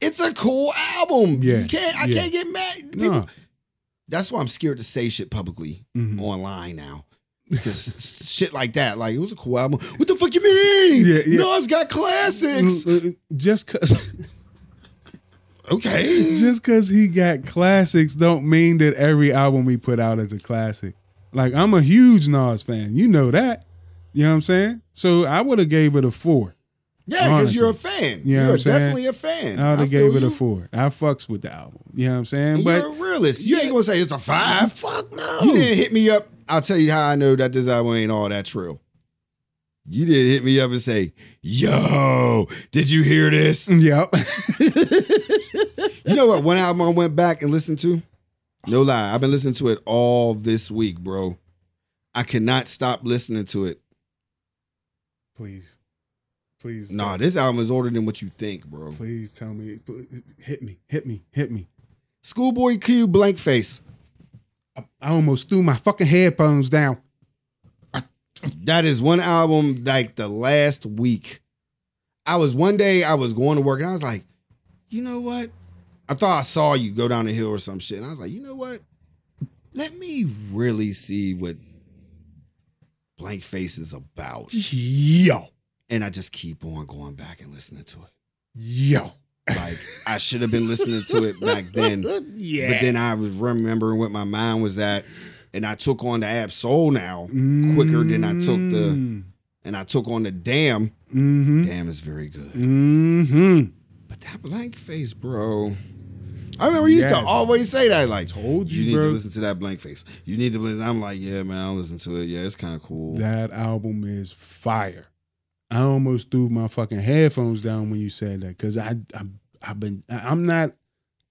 It's a cool album.
Yeah,
you can't. I
yeah.
can't get mad. People,
No.
That's why I'm scared to say shit publicly
Mhm.
online now. Because <laughs> s- shit like that, like it was a cool album. What the fuck you mean?
Yeah, yeah.
No, it's got classics.
Mm, uh, Just cause <laughs>
Okay.
just cause he got classics don't mean that every album he put out is a classic. Like I'm a huge Nas fan. You know that. You know what I'm saying? So I would have gave it a four.
Yeah, because you're a
honestly.
fan.
You know what
you're
I'm saying?
definitely a fan.
I would
I
have gave
feel
it a
you.
four. I fucks with the album. You know what I'm saying?
And
but
you're a realist. You ain't gonna say it's a five. Fuck no. You didn't hit me up. I'll tell you how I know that this album ain't all that trill. You didn't hit me up
<laughs>
and say, "Yo, did you hear this?
Yep.
You know what? One album I went back and listened to. No lie, I've been listening to it all this week, bro. I cannot stop listening to it.
Please, please,
Nah,
tell-
this album is older than what you think, bro.
please tell me. Please, Hit me, hit me, hit me.
Schoolboy Q, blank face.
I, I almost threw my fucking headphones down.
That is one album like the last week. I was one day I was going to work and I was like, you know what? I thought I saw you go down the hill or some shit. And I was like, you know what? Let me really see what blank face is about.
Yo,
And I just keep on going back and listening to it.
yo,
Like I should have been listening to it back then.
yeah.
But then I was remembering what my mind was at. And I took on the ab soul now. quicker than I took the- And I took on the damn.
Mm-hmm.
Damn is very good.
Mm-hmm.
But that blank face, bro. I remember you used
Yes.
to always say that, like,
Told you,
you need
bro.
to listen to that blank face. You need to listen. I'm like, yeah, man, I'll listen to it. Yeah, it's kind of cool.
That album is fire. I almost threw my fucking headphones down when you said that because I, I I've been I- I'm not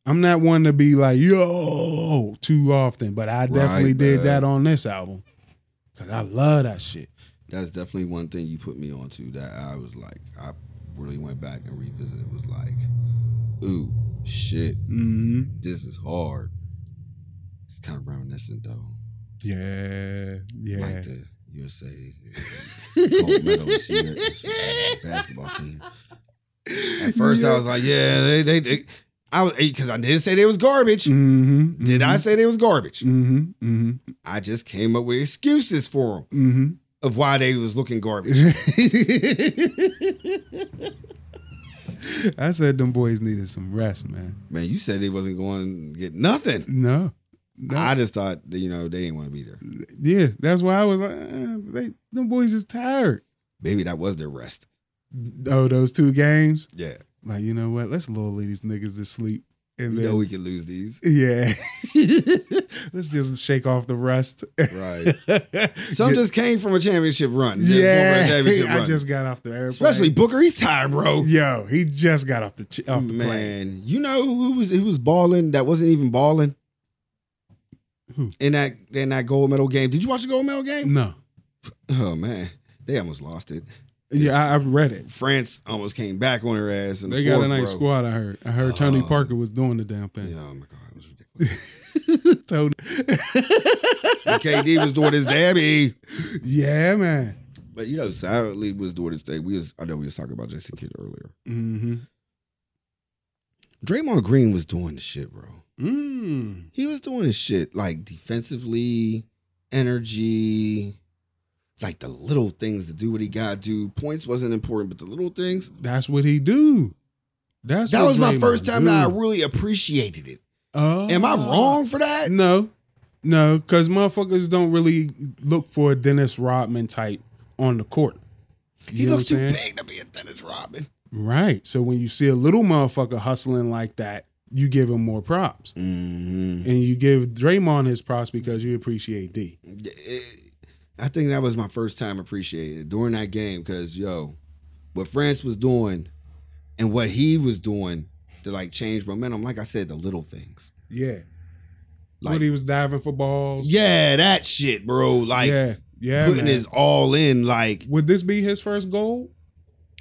I'm not one to be like yo too often, but I definitely
Right,
did
man.
that on this album because I love that shit.
That's definitely one thing you put me onto that I was like, I really went back and revisited. Was like, ooh, shit,
Mm-hmm.
this is hard. It's kind of reminiscent though,
Yeah, yeah.
like the USA uh, gold medal this year, uh, basketball team. At first, I was like, yeah, they, they, they I was because I didn't say they was garbage.
Mm-hmm.
Did I say they was garbage?
Mm-hmm. Mm-hmm.
I just came up with excuses for them
Mm-hmm.
of why they was looking garbage.
mm-hmm. <laughs> I said them boys needed some rest, man.
Man, you said they wasn't going to get nothing.
No, no.
I just thought that, you know they didn't want to be there.
Yeah, that's why I was like, eh, they, them boys is tired.
Maybe that was their rest.
Oh, those two games.
Yeah,
Like, you know what? Let's lull these niggas to sleep. And
you
then,
know we could
<laughs>
lose these,
yeah. Let's just shake off the rust.
right? <laughs> Some
Some
just came from a championship run. Just
yeah.
one from a
<laughs>
championship
I
run.
just got off the airplane.
especially Booker. He's tired, bro.
Yo, he just got off the, ch- off the plane.
Man, you know who was who was balling that wasn't even balling.
Who?
in that in that gold medal game? Did you watch the gold medal game?
No.
Oh man, they almost lost it.
Yeah, I, I read it.
France almost came back on her ass. And
They got a nice squad, I heard. I heard Tony
Oh.
Parker was doing the damn
Yeah,
thing.
oh my god, it was ridiculous.
<laughs> Tony.
And KD was doing his dabby,
yeah, man.
but you know, Sadly was doing his thing. We was I know we was talking about Jason Kidd earlier.
Mm-hmm.
Draymond Green was doing the shit, bro.
Mm.
He was doing his shit like defensively, energy, like the little things to do what he got to do. Points wasn't important, but the little things.
That's what he do. That's
that
what
was my
Draymond
first time that I
do.
really appreciated it.
Oh.
Am I wrong for that?
No, no, because motherfuckers don't really look for a Dennis Rodman type on the court.
He
You know
looks
what
too
I'm saying?
big to be a Dennis Robin.
Right. So when you see a little motherfucker hustling like that, you give him more props.
Mm-hmm.
And you give Draymond his props because you appreciate D.
I think that was my first time appreciating it during that game because yo, what France was doing and what he was doing to like change momentum. Like I said, the little things.
Yeah.
Like
when he was diving for balls.
yeah, that shit, bro. Like
yeah. Yeah.
putting
man.
his all in. Like
Would this be his first goal?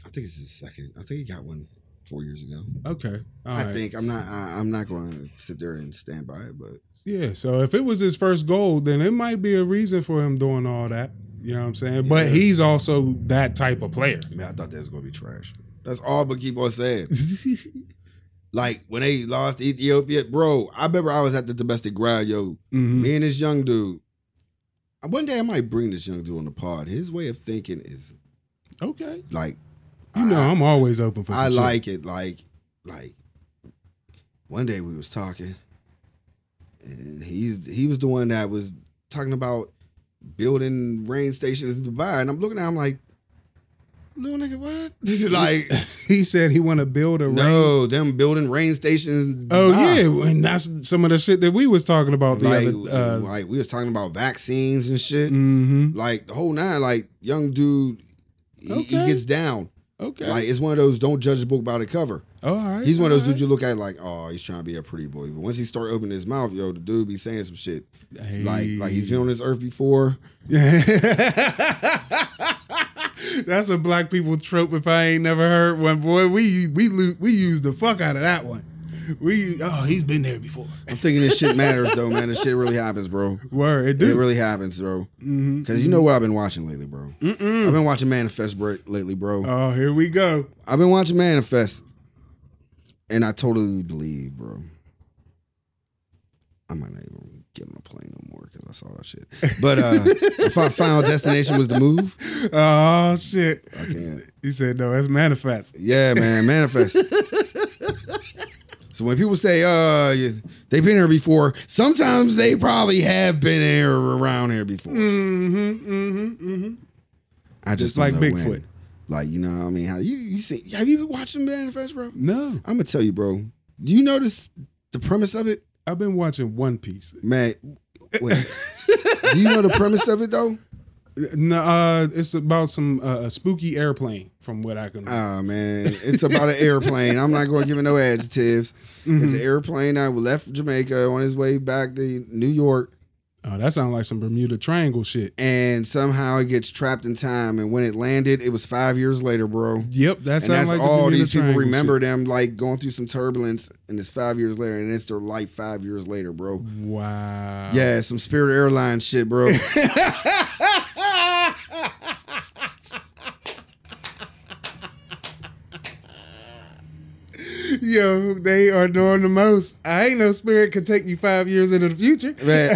I think it's his second. I think he got one four years ago.
Okay. all
I
right.
think I'm not. I, I'm not going to sit there and stand by it, but
Yeah, so if it was his first goal, then it might be a reason for him doing all that. You know what I'm saying? But
Yeah.
he's also that type of
<laughs>
player.
man, I thought that was going to be trash. That's all. But keep
<laughs>
on saying. Like when they lost to Ethiopia, bro. I remember I was at the domestic ground, yo.
Mhm.
Me and this young dude. One day I might bring this young dude on the pod. His way of thinking is
Okay.
like,
You know, I'm always open for some
I
shit.
like it. Like, like. One day we was talking, and he he was the one that was talking about building rain stations in Dubai, and I'm looking at him like, little nigga, what? <laughs>
<laughs>
like,
<laughs> He said he want to build a rain.
no, them building rain stations. in
Oh
Dubai.
yeah, and that's some of the shit that we was talking about the
like,
other. Uh,
like we was talking about vaccines and shit.
mm-hmm.
Like the whole nine. Like young dude, he, he
Okay.
gets down.
Okay.
Like it's one of those don't judge a book by the cover.
Oh, all right.
He's one of those
all
dudes you look at like, oh, he's trying to be a pretty boy. But once he start opening his mouth, yo, the dude be saying some shit.
right. Hey.
Like, like he's been on this earth before.
<laughs> That's a black people trope. If I ain't never heard one, boy, we we lo- we use the fuck out of that one. We oh, he's been there before.
I'm thinking this shit matters though, man. This shit really happens, bro.
Word, it
It
do. Mm-hmm.
really happens, bro. Because you know what I've been watching lately, bro. I've been watching Manifest bro, lately, bro.
oh, here we go.
I've been watching Manifest, and I totally believe, bro. I might not even get on a plane no more because I saw that shit. But uh, <laughs> if I Final Destination was the move,
Oh shit.
I can't.
He said no. That's manifest.
Yeah, man, manifest. so when people say, uh, you- they've been here before, sometimes they probably have been here or around here before.
Mm-hmm. Mm-hmm. Mm-hmm.
I just
Just like
don't know when.
Bigfoot.
Like, you know what I mean? How you you see have you been watching Manifest, bro?
No,
I'm gonna tell you, bro. Do you notice the premise of it?
I've been watching One Piece.
Man, wait. Do you know the premise of it though?
No, uh, it's about some uh, a spooky airplane, from what I can.
Oh man, it's about an airplane. I'm not going to give it no adjectives. It's
Mm-hmm.
an airplane that left Jamaica on his way back to New York,
oh, that sounds like some Bermuda Triangle shit.
and somehow it gets trapped in time. And when it landed, it was five years later, bro.
Yep, that
and
sounds
that's
like the
all
Bermuda
these people
Triangle
remember them like going through some turbulence, and it's five years later, and it's their life five years later, bro.
shit. Wow.
Yeah, some Spirit Airlines shit, bro.
<laughs> Yo, they are doing the most. I ain't no spirit could take you five years into the future.
Man.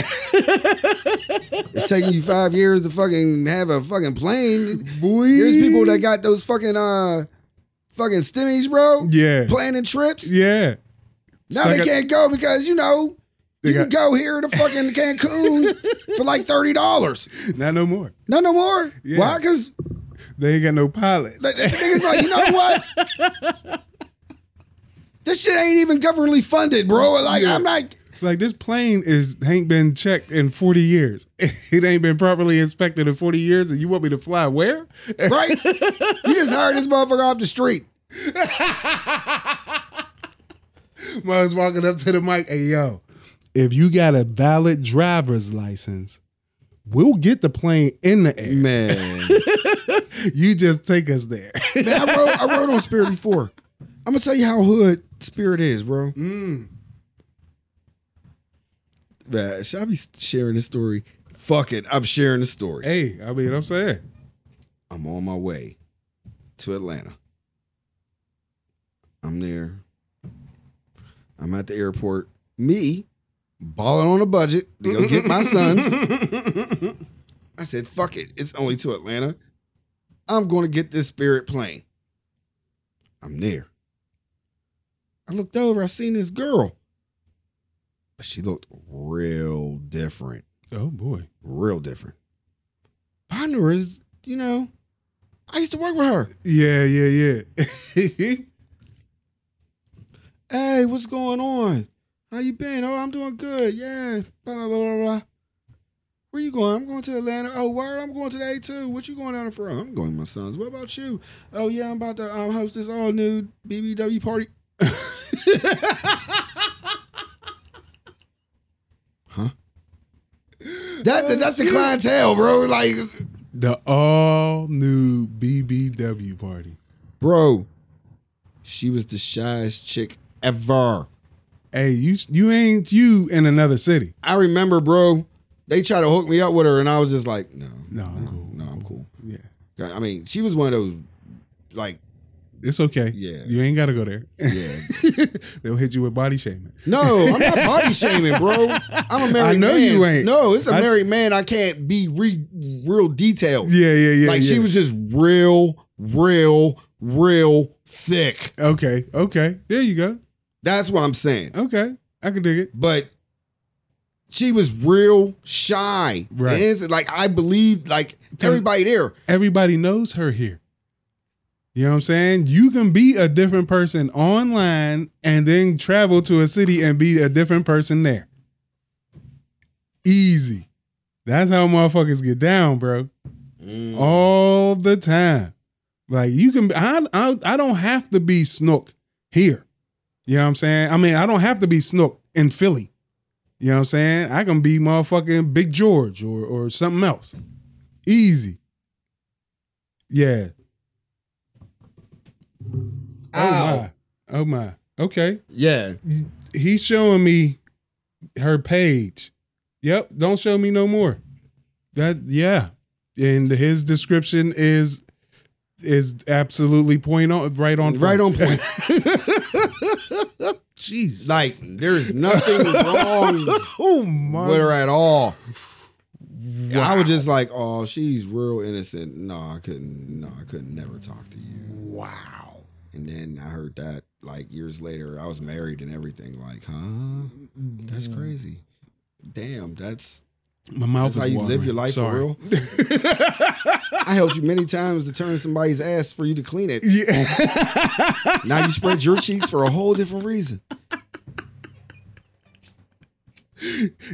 it's taking you five years to fucking have a fucking plane.
Boy.
There's people that got those fucking uh fucking stimmies, bro.
Yeah.
Planning trips.
Yeah.
Now they
Stuck at-
can't go because you know
They
you can
got-
go here to fucking <laughs> Cancun for like thirty dollars.
Not no more.
No, no more.
Yeah.
Why? Because
They ain't got no pilots.
the, the thing is like, you know what? this shit ain't even governmentally funded, bro. Like I'm not.
Like this plane is ain't been checked in 40 years. <laughs> It ain't been properly inspected in 40 years, and you want me to fly where?
right? you just hired this motherfucker off the street.
Mug's walking up to the mic. Hey, yo, if you got a valid driver's license, we'll get the plane in the air.
Man,
You just take us there. <laughs>
man, I rode, I rode on Spirit before. I'm gonna tell you how hood Spirit is, bro.
Mm.
Man, should I be sharing this story? Fuck it, I'm sharing the story.
hey, I mean, I'm saying.
I'm on my way to Atlanta. I'm there. I'm at the airport. Me, balling on a budget to go get my sons. I said, fuck it. It's only to Atlanta. I'm going to get this spirit plane. I'm there. I looked over. I seen this girl. But she looked real different
<laughs> Oh boy.
real different. I knew her as, you know, I used to work with her.
Yeah, yeah, <laughs>
<laughs>
yeah.
Hey, what's going on? How you been? Oh, I'm doing good. Yeah. Blah, blah, blah, blah, blah. Where you going? I'm going to Atlanta. Oh, where? I'm going today too. What you going down there for? I'm going with my sons. What about you? Oh, yeah, I'm about to um, host this all new BBW party. <laughs> huh? That, that's the clientele, bro. Like,
the all new BBW party.
Bro, she was the shyest chick ever.
Hey, you you ain't you in another city.
I remember, bro, they tried to hook me up with her, and I was just like, no,
No, I'm cool.
no, I'm cool.
Yeah.
I mean, she was one of those, like,
It's okay.
Yeah.
You ain't gotta go there. <laughs>
yeah.
They'll hit you with body shaming.
No, I'm not body shaming, bro. I'm a married man.
I know you ain't.
No, it's a
I s-
married man. I can't be re- real detailed.
Yeah, yeah, yeah.
like, she
yeah.
was just real, real, real thick.
Okay, okay. There you go.
That's what I'm saying.
Okay. I can dig it.
but she was real shy.
Right.
And it's like I believed like everybody there.
everybody knows her here. You know what I'm saying? You can be a different person online and then travel to a city and be a different person there. Easy. That's how motherfuckers get down, bro.
Mm,
Oh, All the time. Like you can I, I I don't have to be Snook here. You know what I'm saying? I mean, I don't have to be Snook in Philly. You know what I'm saying? I can be motherfucking Big George or or something else. Easy. Yeah. Oh
Ow.
my. Oh my. Okay.
Yeah.
He's showing me her page. Yep. Don't show me no more. That yeah. And his description is is absolutely point on right on
Right on point.
<laughs> Jeez.
<laughs> like there's nothing wrong
oh my.
with her at all. I was just like, oh, she's real innocent. No, I couldn't. No, I could never talk to you.
Wow.
And then I heard that like years later, I was married and everything. Like, huh? That's crazy. Damn, that's
My mouth
that's
is
how you live
watering.
your life
Sorry.
for real. <laughs> I helped you many times to turn somebody's ass for you to clean <laughs> it.
<laughs> Yeah.
Now you spread your cheeks for a whole different reason.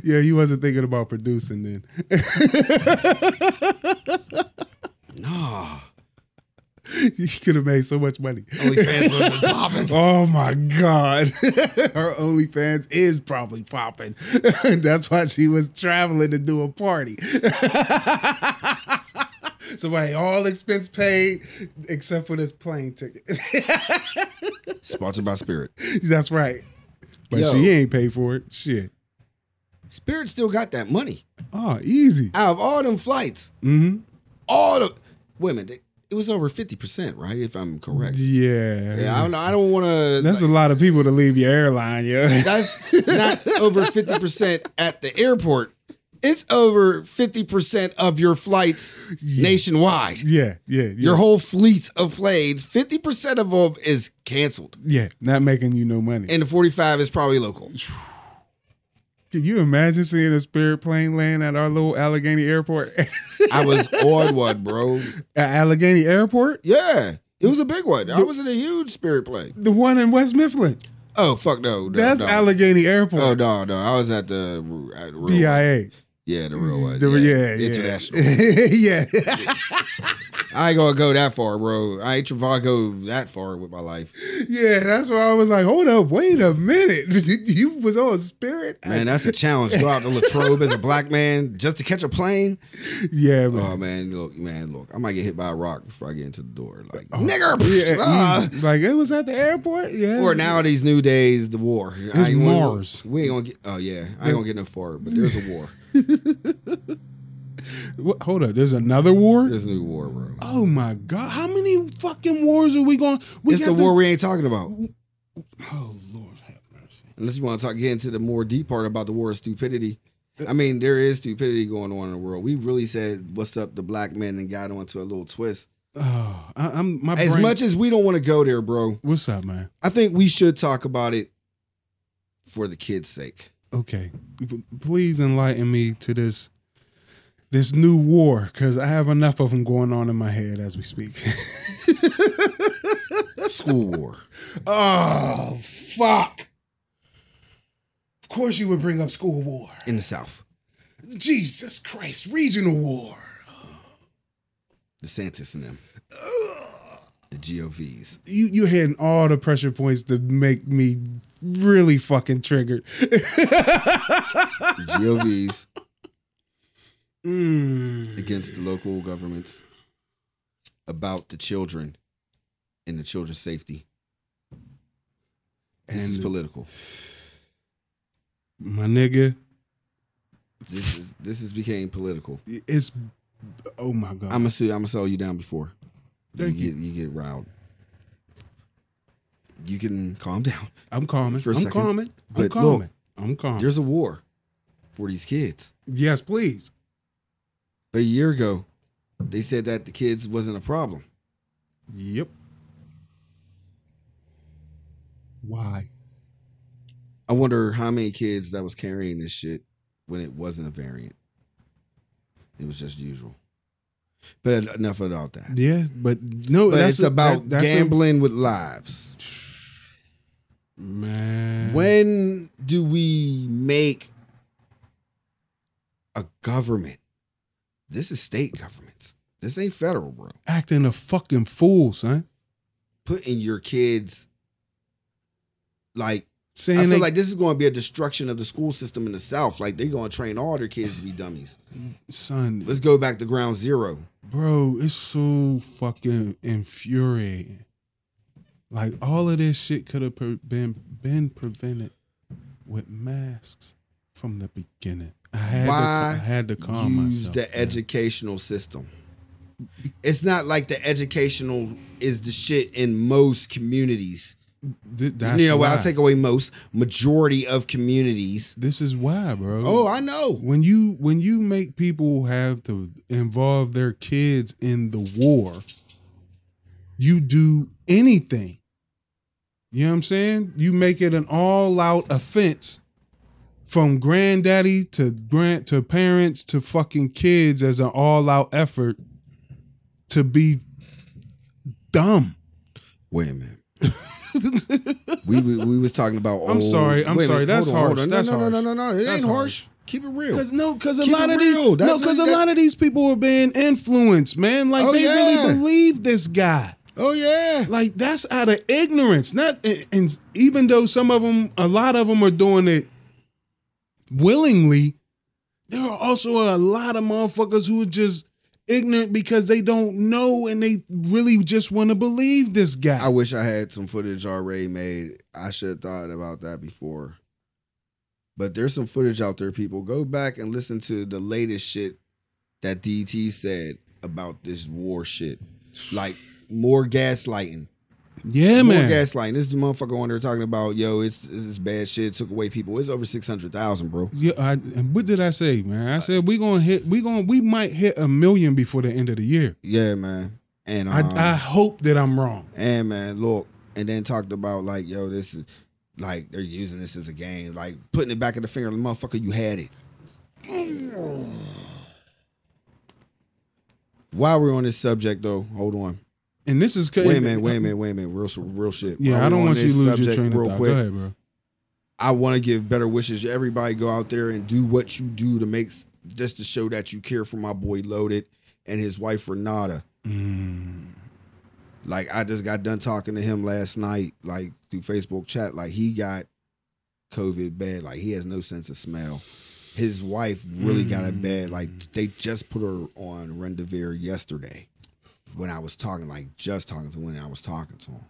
yeah, you wasn't thinking about producing then. <laughs>
Nah,
you could have made so much money.
only fans would have been popping.
Oh my God. <laughs> Her OnlyFans is probably popping. <laughs> That's why she was traveling to do a party. <laughs> Somebody all expense paid except for this plane ticket. <laughs>
Sponsored by Spirit.
That's right. But
Yo.
she ain't paid for it. Shit.
Spirit still got that money.
Oh, easy.
Out of all them flights,
Mm-hmm.
all the women, it- it was over 50%, right? If I'm correct.
Yeah.
Yeah, I don't, I don't want to.
That's a lot of people to leave your airline, <laughs> yeah.
that's not over 50% at the airport. It's over 50% of your flights nationwide.
Yeah, yeah, yeah.
Your whole fleet of planes, 50% of them is canceled.
yeah, not making you no money.
And the 45 is probably local.
Can you imagine seeing a spirit plane land at our little Allegheny airport? <laughs> at
I was on one, bro.
Allegheny Airport?
Yeah. It was a big one. I was in a huge spirit plane.
The one in West Mifflin.
Oh, fuck no. no
That's
no.
Allegheny Airport.
Oh, no, no. I was at the, at the real one.
BIA.
Yeah, the real one.
The-
yeah.
yeah, yeah.
International.
<laughs> yeah.
I ain't gonna go that far, bro. I ain't trying to go that far with my life.
yeah, that's why I was like, hold up, wait a minute. <laughs> you was on spirit?
Man, that's a challenge. Go out to Latrobe as a black man just to catch a plane.
yeah, man.
Oh man, look, man, look. I might get hit by a rock before I get into the door. Like <laughs> nigger. pfft,
Oh, Yeah,
<laughs> ah.
mm, like it was at the airport? Yeah. <laughs>
Or now these new days, the war.
It's
ain't wanna-
Mars.
we ain't gonna get. Oh yeah, I ain't gonna get no far. But there's a war.
What, hold up, there's another war?
There's a new war, bro.
Oh my god! How many fucking wars are we going? We
it's
got
the war we ain't talking about.
Oh Lord, have mercy.
Unless you want to talk get into the more deep part about the war of stupidity.
Uh,
I mean, there is stupidity going on in the world. We really said what's up to black men and got onto a little twist.
Oh, I, I'm my
As
brain-
much as we don't want to go there, bro,
What's up, man?
I think we should talk about it for the
<laughs>
kids' sake.
Okay, P- please enlighten me to this this new war because I have enough of them going on in my head as we speak. <laughs>
School war.
oh fuck! Of course you would bring up school war.
In the South.
Jesus Christ, regional war.
DeSantis and them. The GOVs.
You you're hitting all the pressure points to make me really fucking triggered. <laughs>
The GOVs
Mm.
against the local governments about the children and the children's safety. This is
And-
political.
My nigga,
This is this has became political.
it's oh my god.
I'm gonna see. I'm gonna sell you down before.
Thank
you. Get, you get riled. You can calm down.
I'm calming.
For a
I'm
second.
calming. I'm
But
calming.
look,
I'm calming.
There's a war for these kids.
Yes, please.
A year ago, they said that the kids wasn't a problem.
Yep. Why?
I wonder how many kids that was carrying this shit when it wasn't a variant. It was just usual. But enough about that.
Yeah, but no,
But
that's
it's
a-
about
that- that's a-
gambling with lives.
man.
When do we make a government? This is state governments. This ain't federal, bro.
acting a fucking fool, son.
Putting your kids like I
Saying
feel
they-
like this is going to be a destruction of the school system in the South. Like they're going to train all their kids to be dummies.
son,
Let's go back to ground zero.
bro, it's so fucking infuriating. Like all of this shit could have pre- been been prevented with masks from the beginning. I had
Why
to, I had to calm
Use
myself.
the
man.
educational system. It's not like the educational is the shit in most communities.
Th- that's
you know,
why.
I'll take away most majority of communities.
This is why, bro.
Oh, I know.
when you when you make people have to involve their kids in the war you do anything you know what i'm saying you make it an all-out offense from granddaddy to grand to parents to fucking kids as an all-out effort to be dumb
Wait a
<laughs>
minute. we, we we was talking about.
I'm
old-
sorry, I'm
Wait a
sorry,
minute,
that's
hold on, hold
harsh,
on.
that's
no, no,
harsh.
no, no, no, no. It
That's
ain't harsh.
harsh.
Keep it real.
Cause no, cause a
Keep
lot
it
of these
real. That's
no, cause
what-
a lot of these people are being influenced, man. Like
Oh,
they
yeah.
really believe this guy.
Oh yeah.
Like that's out of ignorance. Not and, and even though some of them, a lot of them are doing it willingly, there are also a lot of motherfuckers who are just ignorant because they don't know and they really just want to believe this guy.
I wish I had some footage already made. I should have thought about that before. But there's some footage out there, people. Go back and listen to the latest shit that DT said about this war shit. Like more gaslighting.
yeah,
more
man.
gaslighting. This motherfucker on there talking about, yo, it's this is bad shit, took away people. It's over six hundred thousand, bro.
Yeah, I, and what did I say, man? I said we gonna hit, we gonna, we might hit a million before the end of the year.
Yeah, man. And um,
I, I hope that I'm wrong.
And man, look, and then talked about like, yo, this is like they're using this as a game, like putting it back in the finger of the motherfucker, you had it. While we're on this subject though, hold on.
And this is
Wait a minute, wait a minute, wait a minute. Real real shit. While
Yeah, I
we're
don't
on
want you
this
to lose your
subject
train of thought. Go ahead, bro.
I want to give better wishes. to Everybody go out there and do what you do to make just to show that you care for my boy Loaded and his wife Renata.
Mm,
Like I just got done talking to him last night, like through Facebook chat. Like he got COVID bad. Like he has no sense of smell. His wife really got it bad. Like
Mm.
they just put her on Rendezvous yesterday. When I was talking, like just talking to when I was talking to him,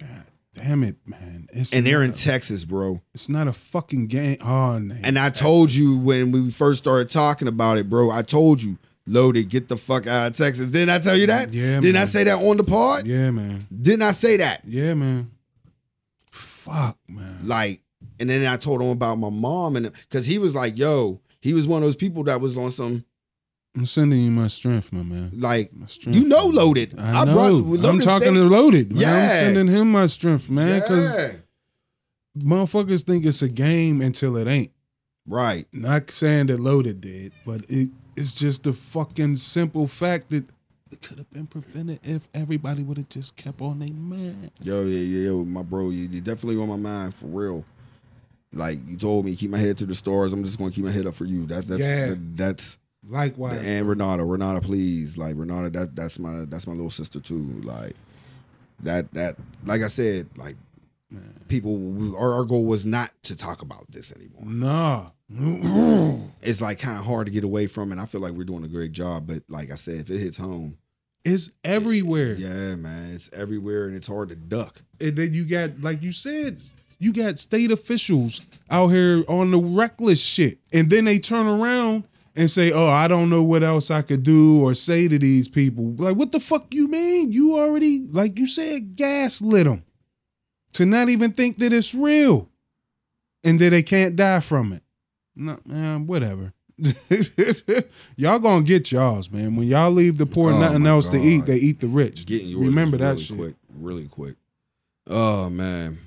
God damn it, man. It's
and they're in
not a-
Texas, bro.
It's not a fucking game. Oh, man.
And I told you when we first started talking about it, bro. I told you, loaded, get the fuck out of Texas. Didn't I tell you that?
Yeah,
Didn't I
man.
say that on the pod?
Yeah, man.
Didn't I say that?
Yeah, man. Fuck, man.
Like, and then I told him about my mom and because he was like, yo, he was one of those people that was on some
I'm sending you my strength, my man.
like
My strength.
you know loaded.
Mm. I know.
brought-
I'm
Loaded
talking
said-
to Loaded. Man. I'm
Yeah.
sending him my strength, man, because
yeah.
motherfuckers think it's a game until it ain't.
right.
Not saying that Loaded did, but it, it's just the fucking simple fact that it could have been prevented if everybody would have just kept on their man.
Yo, yeah, yeah, yo, my bro, you, you definitely on my mind for real. Like you told me, keep my head to the stars. I'm just gonna keep my head up for you. That's that's
Yeah.
that- that's
Likewise.
and Renata, Renata, please, like Renata, that that's my that's my little sister too. Like that that like I said, like people, we, our, our goal was not to talk about this anymore.
Nah. <clears throat>
It's like kind of hard to get away from, and I feel like we're doing a great job. But like I said, if it hits home,
it's everywhere.
yeah, man, it's everywhere, and it's hard to duck.
And then you got, like you said, you got state officials out here on the reckless shit. And then they turn around and say, oh, I don't know what else I could do or say to these people. Like, what the fuck you mean? You already, like you said, gaslit them to not even think that it's real and that they can't die from it. No, man, whatever. <laughs> y'all gonna get y'all's, man. When y'all leave the poor
Oh,
nothing
my
else to
God.
eat, they eat the rich.
Getting yours
Remember
is
that
really
shit.
quick, really quick. Oh man,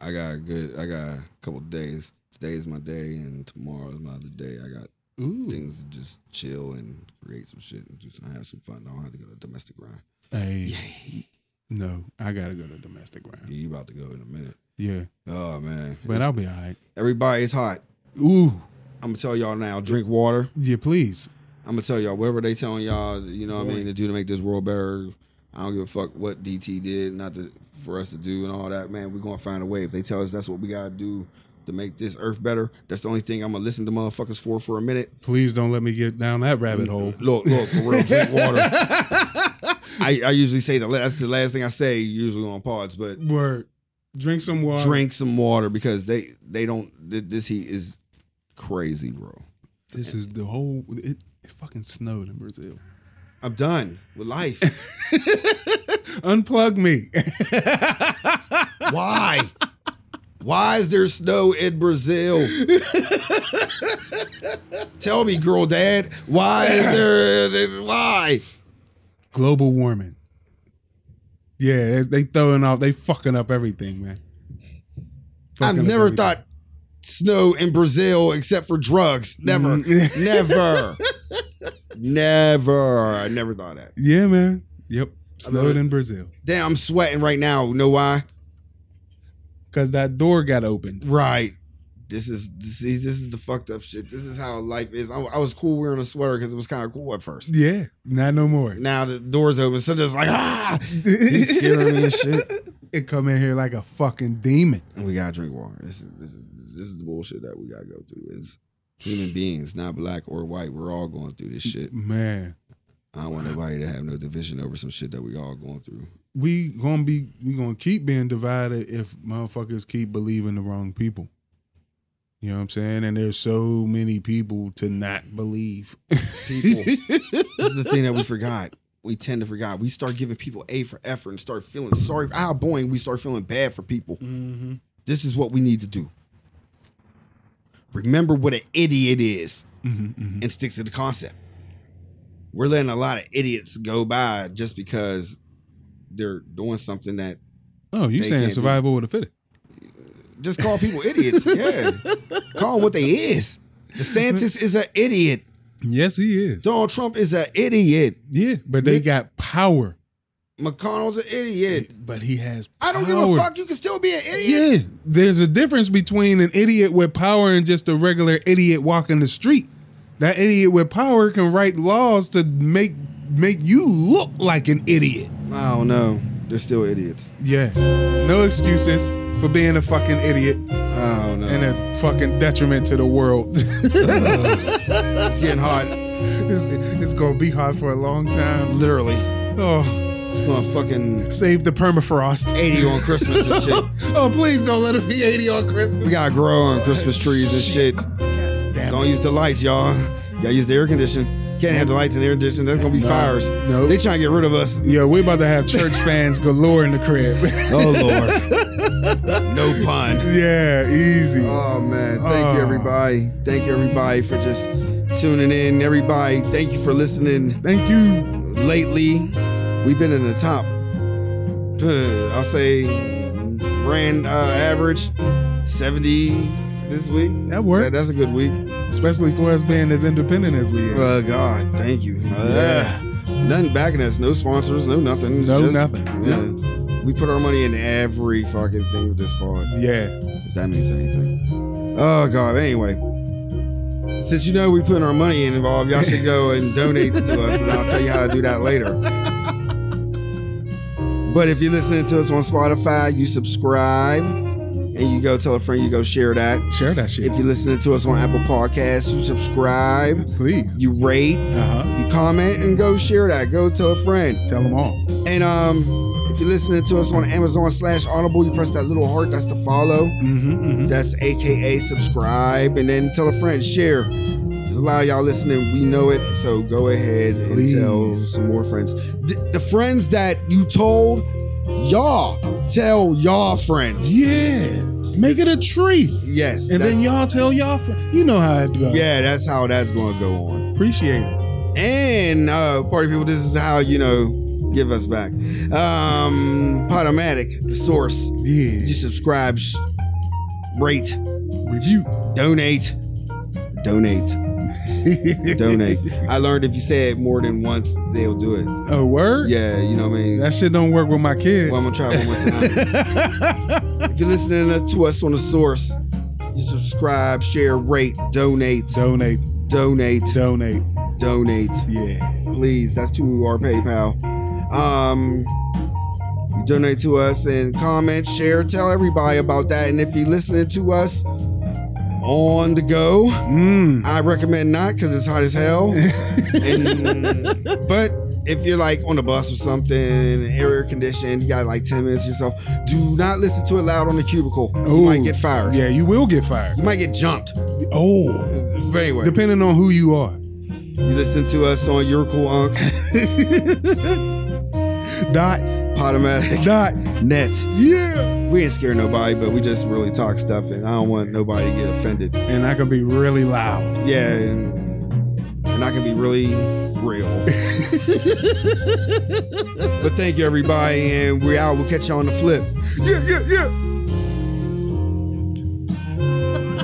I got a good. I got a couple days. Today is my day, and tomorrow is my other day. I got
Ooh.
things to just chill and create some shit and just have some fun. I don't have to go to domestic grind.
Hey, no, I gotta go to domestic round.
You about to go in a minute.
Yeah,
Oh man.
but I'll be all right.
everybody it's hot.
Ooh,
I'm gonna tell y'all now, drink water.
yeah, please.
I'm gonna tell y'all whatever they telling y'all, you know what I mean, to do to make this world better. I don't give a fuck what DT did, not to, for us to do and all that. Man, we're gonna find a way. If they tell us that's what we gotta do to make this earth better, that's the only thing I'm gonna listen to motherfuckers for for a minute.
Please don't let me get down that rabbit hole.
Look, look, for real, drink water. I, I usually say the last, the last thing I say usually on pods, but
Word. Drink some water.
drink some water because they they don't. th- This heat is crazy, bro.
This is the whole. It, it fucking snowed in Brazil.
I'm done with life.
Unplug
<laughs>
me.
Why? Why is there snow in Brazil? Tell me, girl, dad. Why is there? <laughs> Why?
Global warming. Yeah, they, they throwing off. They fucking up everything, man.
I've
Fucking up
never
everything.
thought snow in Brazil except for drugs. Never,
Mm.
never, never. I never thought that.
<laughs> Yeah, man. Yep. Snowed
it.
in Brazil
Damn, I'm sweating right now. You know why?
because that door got opened.
Right. This is see, this is the fucked up shit. This is how life is. I, I was cool wearing a sweater because it was kind of cool at first.
Yeah, not no more.
Now the doors open, so just like ah,
<laughs>
it's scaring me and shit.
It come in here like a fucking demon.
And we gotta drink water. This is this is this is the bullshit that we gotta go through. Is human beings, not black or white. We're all going through this shit.
Man,
I don't want nobody to have no division over some shit that we all going through.
we gonna be we gonna keep being divided if motherfuckers keep believing the wrong people. You know what I'm saying? And there's so many people to not believe.
People,
<laughs>
this is the thing that we forgot. We tend to forget. We start giving people A for effort and start feeling sorry. How boring we start feeling bad for people. This is what we need to do. Remember what an idiot is and stick to the concept. We're letting a lot of idiots go by just because they're doing something that
Oh, you
They
saying
can't do-
survival with a fitted?
just call people idiots. Yeah. call 'em what they is. DeSantis is an idiot.
Yes, he is.
Donald Trump is an idiot.
Yeah, but they got power.
McConnell's an idiot.
But he has.
I don't give a
power.
fuck. You can still be an idiot.
Yeah, there's a difference between an idiot with power and just a regular idiot walking the street. That idiot with power can write laws to make make you look like an idiot.
I don't know. They're still idiots.
Yeah. No excuses for being a fucking idiot
I
<laughs>
don't know.
and a fucking detriment to the world. <laughs> it's,
it's getting hot.
it's gonna be hard for a long time.
Literally.
Oh,
It's going to fucking
save the permafrost.
80 on Christmas and shit.
Oh, please don't let it be 80 on Christmas.
We got to grow on Christmas trees and shit.
Damn
Don't use the lights, y'all. Gotta use the air condition. Can't have the lights in the air condition. That's gonna be fires.
Nope.
They trying to get rid of us.
Yo, we about to have
<laughs>
church fans galore in the crib.
Oh lord. no pun.
<laughs> yeah, easy.
Oh man, thank you
Oh.
everybody. Thank you everybody for just tuning in. Everybody, thank you for listening.
Thank you.
Lately, we've been in the top. uh, I'll say ran uh, average 70s this week.
That works.
that's a good week.
Especially for us being as independent as we are.
Oh God, thank you.
Yeah.
Nothing backing us, no sponsors, no nothing. It's
No nothing.
yeah. We put our money in every fucking thing with this pod.
Yeah.
If that means anything. Oh God. Anyway, since you know we putting our money in involved, y'all should go and donate to us, and I'll tell you how to do that later. But if you're listening to us on Spotify, you subscribe and you go tell a friend, you go share that.
Share that shit.
If you're listening to us on Apple Podcasts, you subscribe,
Please.
you rate,
Uh-huh.
you comment, and go share that. Go tell a friend.
Tell them all.
And um, if you're listening to us on Amazon slash Audible, you press that little heart. That's the follow.
Mm-hmm,
That's AKA subscribe and then tell a friend, share. There's a lot of y'all listening. We know it. So go ahead and
Please.
tell some more friends. Th- the friends that you told, y'all tell y'all friends.
Yeah. Make it a tree.
Yes.
And then
that's-
y'all tell y'all. Fr- you know how it goes.
yeah, that's how that's going to go on.
Appreciate it.
And uh, party people, this is how, you know, give us back. Um, Podomatic, the source.
Yeah.
You subscribe, sh- rate,
review.
donate, donate. donate. I learned if you say it more than once, they'll do it.
A word?
Yeah, you know what I mean.
That shit don't work with my kids.
well, I'm gonna try one more time. if you're listening to us on the source, you subscribe, share, rate, donate,
donate.
donate,
Donate.
donate.
Yeah.
Please, that's to our PayPal. Um, you donate to us and comment, share, tell everybody about that. And if you're listening to us on the go,
Mm.
I recommend not because it's hot as
<laughs>
hell. and, but if you're like on the bus or something, air conditioned, you got like 10 minutes to yourself, do not listen to it loud on the cubicle. You
Ooh.
might get fired.
Yeah, you will get fired.
You might get jumped.
Oh,
But anyway,
depending on who you are.
you listen to us on Your Cool
<laughs>
Unks,
Dot,
Potomatic,
dot,
Net.
yeah.
We ain't scared nobody, but we just really talk stuff, and I don't want nobody to get offended.
And I can be really loud.
Yeah, and, and I can be really real. but thank you, everybody, and we're out. We'll catch you on the flip.
Yeah, yeah, yeah.